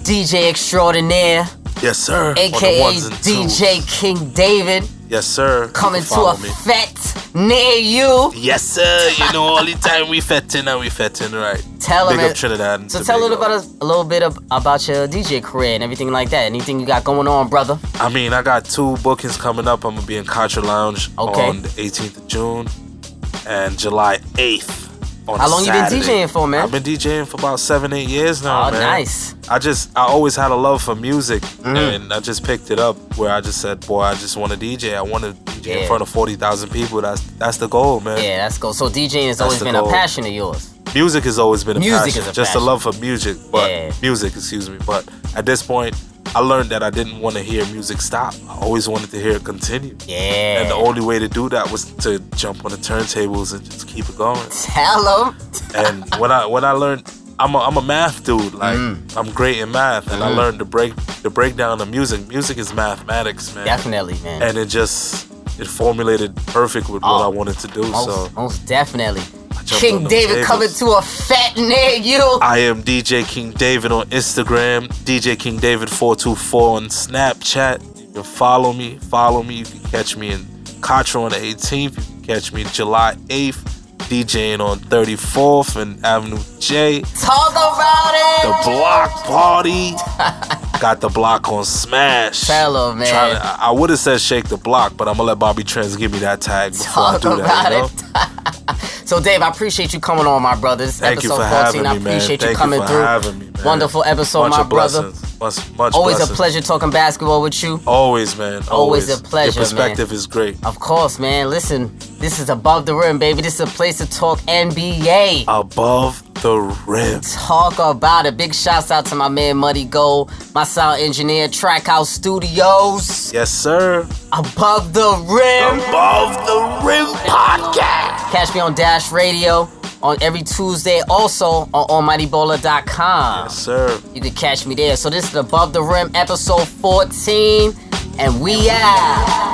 Speaker 1: DJ Extraordinaire,
Speaker 2: Yes, sir. on the
Speaker 1: aka
Speaker 2: ones and twos.
Speaker 1: DJ King David,
Speaker 2: Yes, sir. You
Speaker 1: coming
Speaker 2: can
Speaker 1: to
Speaker 2: follow
Speaker 1: a
Speaker 2: me.
Speaker 1: fete near you.
Speaker 2: Yes, sir. You know, all the time we fetting and we fetting, right?
Speaker 1: Tell
Speaker 2: Big
Speaker 1: him
Speaker 2: up
Speaker 1: it-
Speaker 2: Trinidad. and
Speaker 1: So, tell a little,
Speaker 2: Tobago.
Speaker 1: about us, a little bit ab- about your DJ career and everything like that. Anything you got going on, brother?
Speaker 2: I mean, I got two bookings coming up. I'm gonna be in Contra Lounge
Speaker 1: Okay.
Speaker 2: on the 18th of June and July 8th. On
Speaker 1: How
Speaker 2: a
Speaker 1: long you been
Speaker 2: Saturday.
Speaker 1: DJing for, man?
Speaker 2: I've been DJing for about seven, eight years now,
Speaker 1: Oh,
Speaker 2: man.
Speaker 1: nice. Mm.
Speaker 2: I just, I always had a love for music, and I just picked it up where I just said, boy, I just want to DJ. I want to DJ
Speaker 1: Yeah.
Speaker 2: in front of 40,000 people. That's that's the goal, man.
Speaker 1: Yeah, that's cool. So, DJing has always
Speaker 2: the
Speaker 1: been a
Speaker 2: goal.
Speaker 1: passion of yours.
Speaker 2: music has always been a
Speaker 1: Music
Speaker 2: passion,
Speaker 1: is a
Speaker 2: just
Speaker 1: passion.
Speaker 2: a love for music, but
Speaker 1: Yeah.
Speaker 2: music, excuse me. But at this point, I learned that I didn't want to hear music stop. I always wanted to hear it continue.
Speaker 1: Yeah.
Speaker 2: And the only way to do that was to jump on the turntables and just keep it going.
Speaker 1: Tell him.
Speaker 2: And when I when I learned, I'm a, I'm a math dude. Like
Speaker 1: Mm.
Speaker 2: I'm great in math, and I learned the break the breakdown of music. Music is mathematics, man.
Speaker 1: Definitely, man.
Speaker 2: And it just it formulated perfect with what
Speaker 1: Oh.
Speaker 2: I wanted to do.
Speaker 1: most,
Speaker 2: So
Speaker 1: most definitely.
Speaker 2: jumped on
Speaker 1: King
Speaker 2: those
Speaker 1: David
Speaker 2: tables.
Speaker 1: coming to a fat near you.
Speaker 2: I am DJ King David on Instagram, DJ King David 424 on Snapchat. You can follow me, follow me. You can catch me in Contra on the 18th. You can catch me July 8th, DJing on 34th and Avenue J.
Speaker 1: Talk
Speaker 2: The
Speaker 1: about it.
Speaker 2: block party. Got the block on Smash.
Speaker 1: Fellow man.
Speaker 2: Tryna- I, I would have said shake the block, but I'm gonna let Bobby Trends give me that tag before I
Speaker 1: Talk
Speaker 2: do
Speaker 1: about
Speaker 2: that. you know?
Speaker 1: it. So, Dave, I appreciate you coming on, my brother. This is
Speaker 2: Thank you
Speaker 1: episode 14.
Speaker 2: for having me,
Speaker 1: I
Speaker 2: man.
Speaker 1: appreciate
Speaker 2: Thank
Speaker 1: you coming
Speaker 2: for
Speaker 1: through.
Speaker 2: having me, man.
Speaker 1: Wonderful episode,
Speaker 2: Bunch
Speaker 1: my
Speaker 2: of
Speaker 1: brother.
Speaker 2: blessings. Much, much
Speaker 1: Always a
Speaker 2: blessings.
Speaker 1: pleasure talking basketball with you.
Speaker 2: Always, man.
Speaker 1: Always
Speaker 2: Always,
Speaker 1: a pleasure,
Speaker 2: Your perspective
Speaker 1: man.
Speaker 2: is great.
Speaker 1: Of course, man. Listen, this is above the rim, baby. This is a place to talk NBA.
Speaker 2: Above the rim.
Speaker 1: Talk about it. Big shouts out to my man Muddy Gold, my sound engineer, Trackhouse Studios,
Speaker 2: Yes, sir.
Speaker 1: Above the Rim.
Speaker 2: Above the rim podcast.
Speaker 1: Catch me on Dash Radio on every Tuesday, also on AlmightyBowler.com.
Speaker 2: Yes, sir.
Speaker 1: You can catch me there. So this is Above the Rim, episode 14, and we out.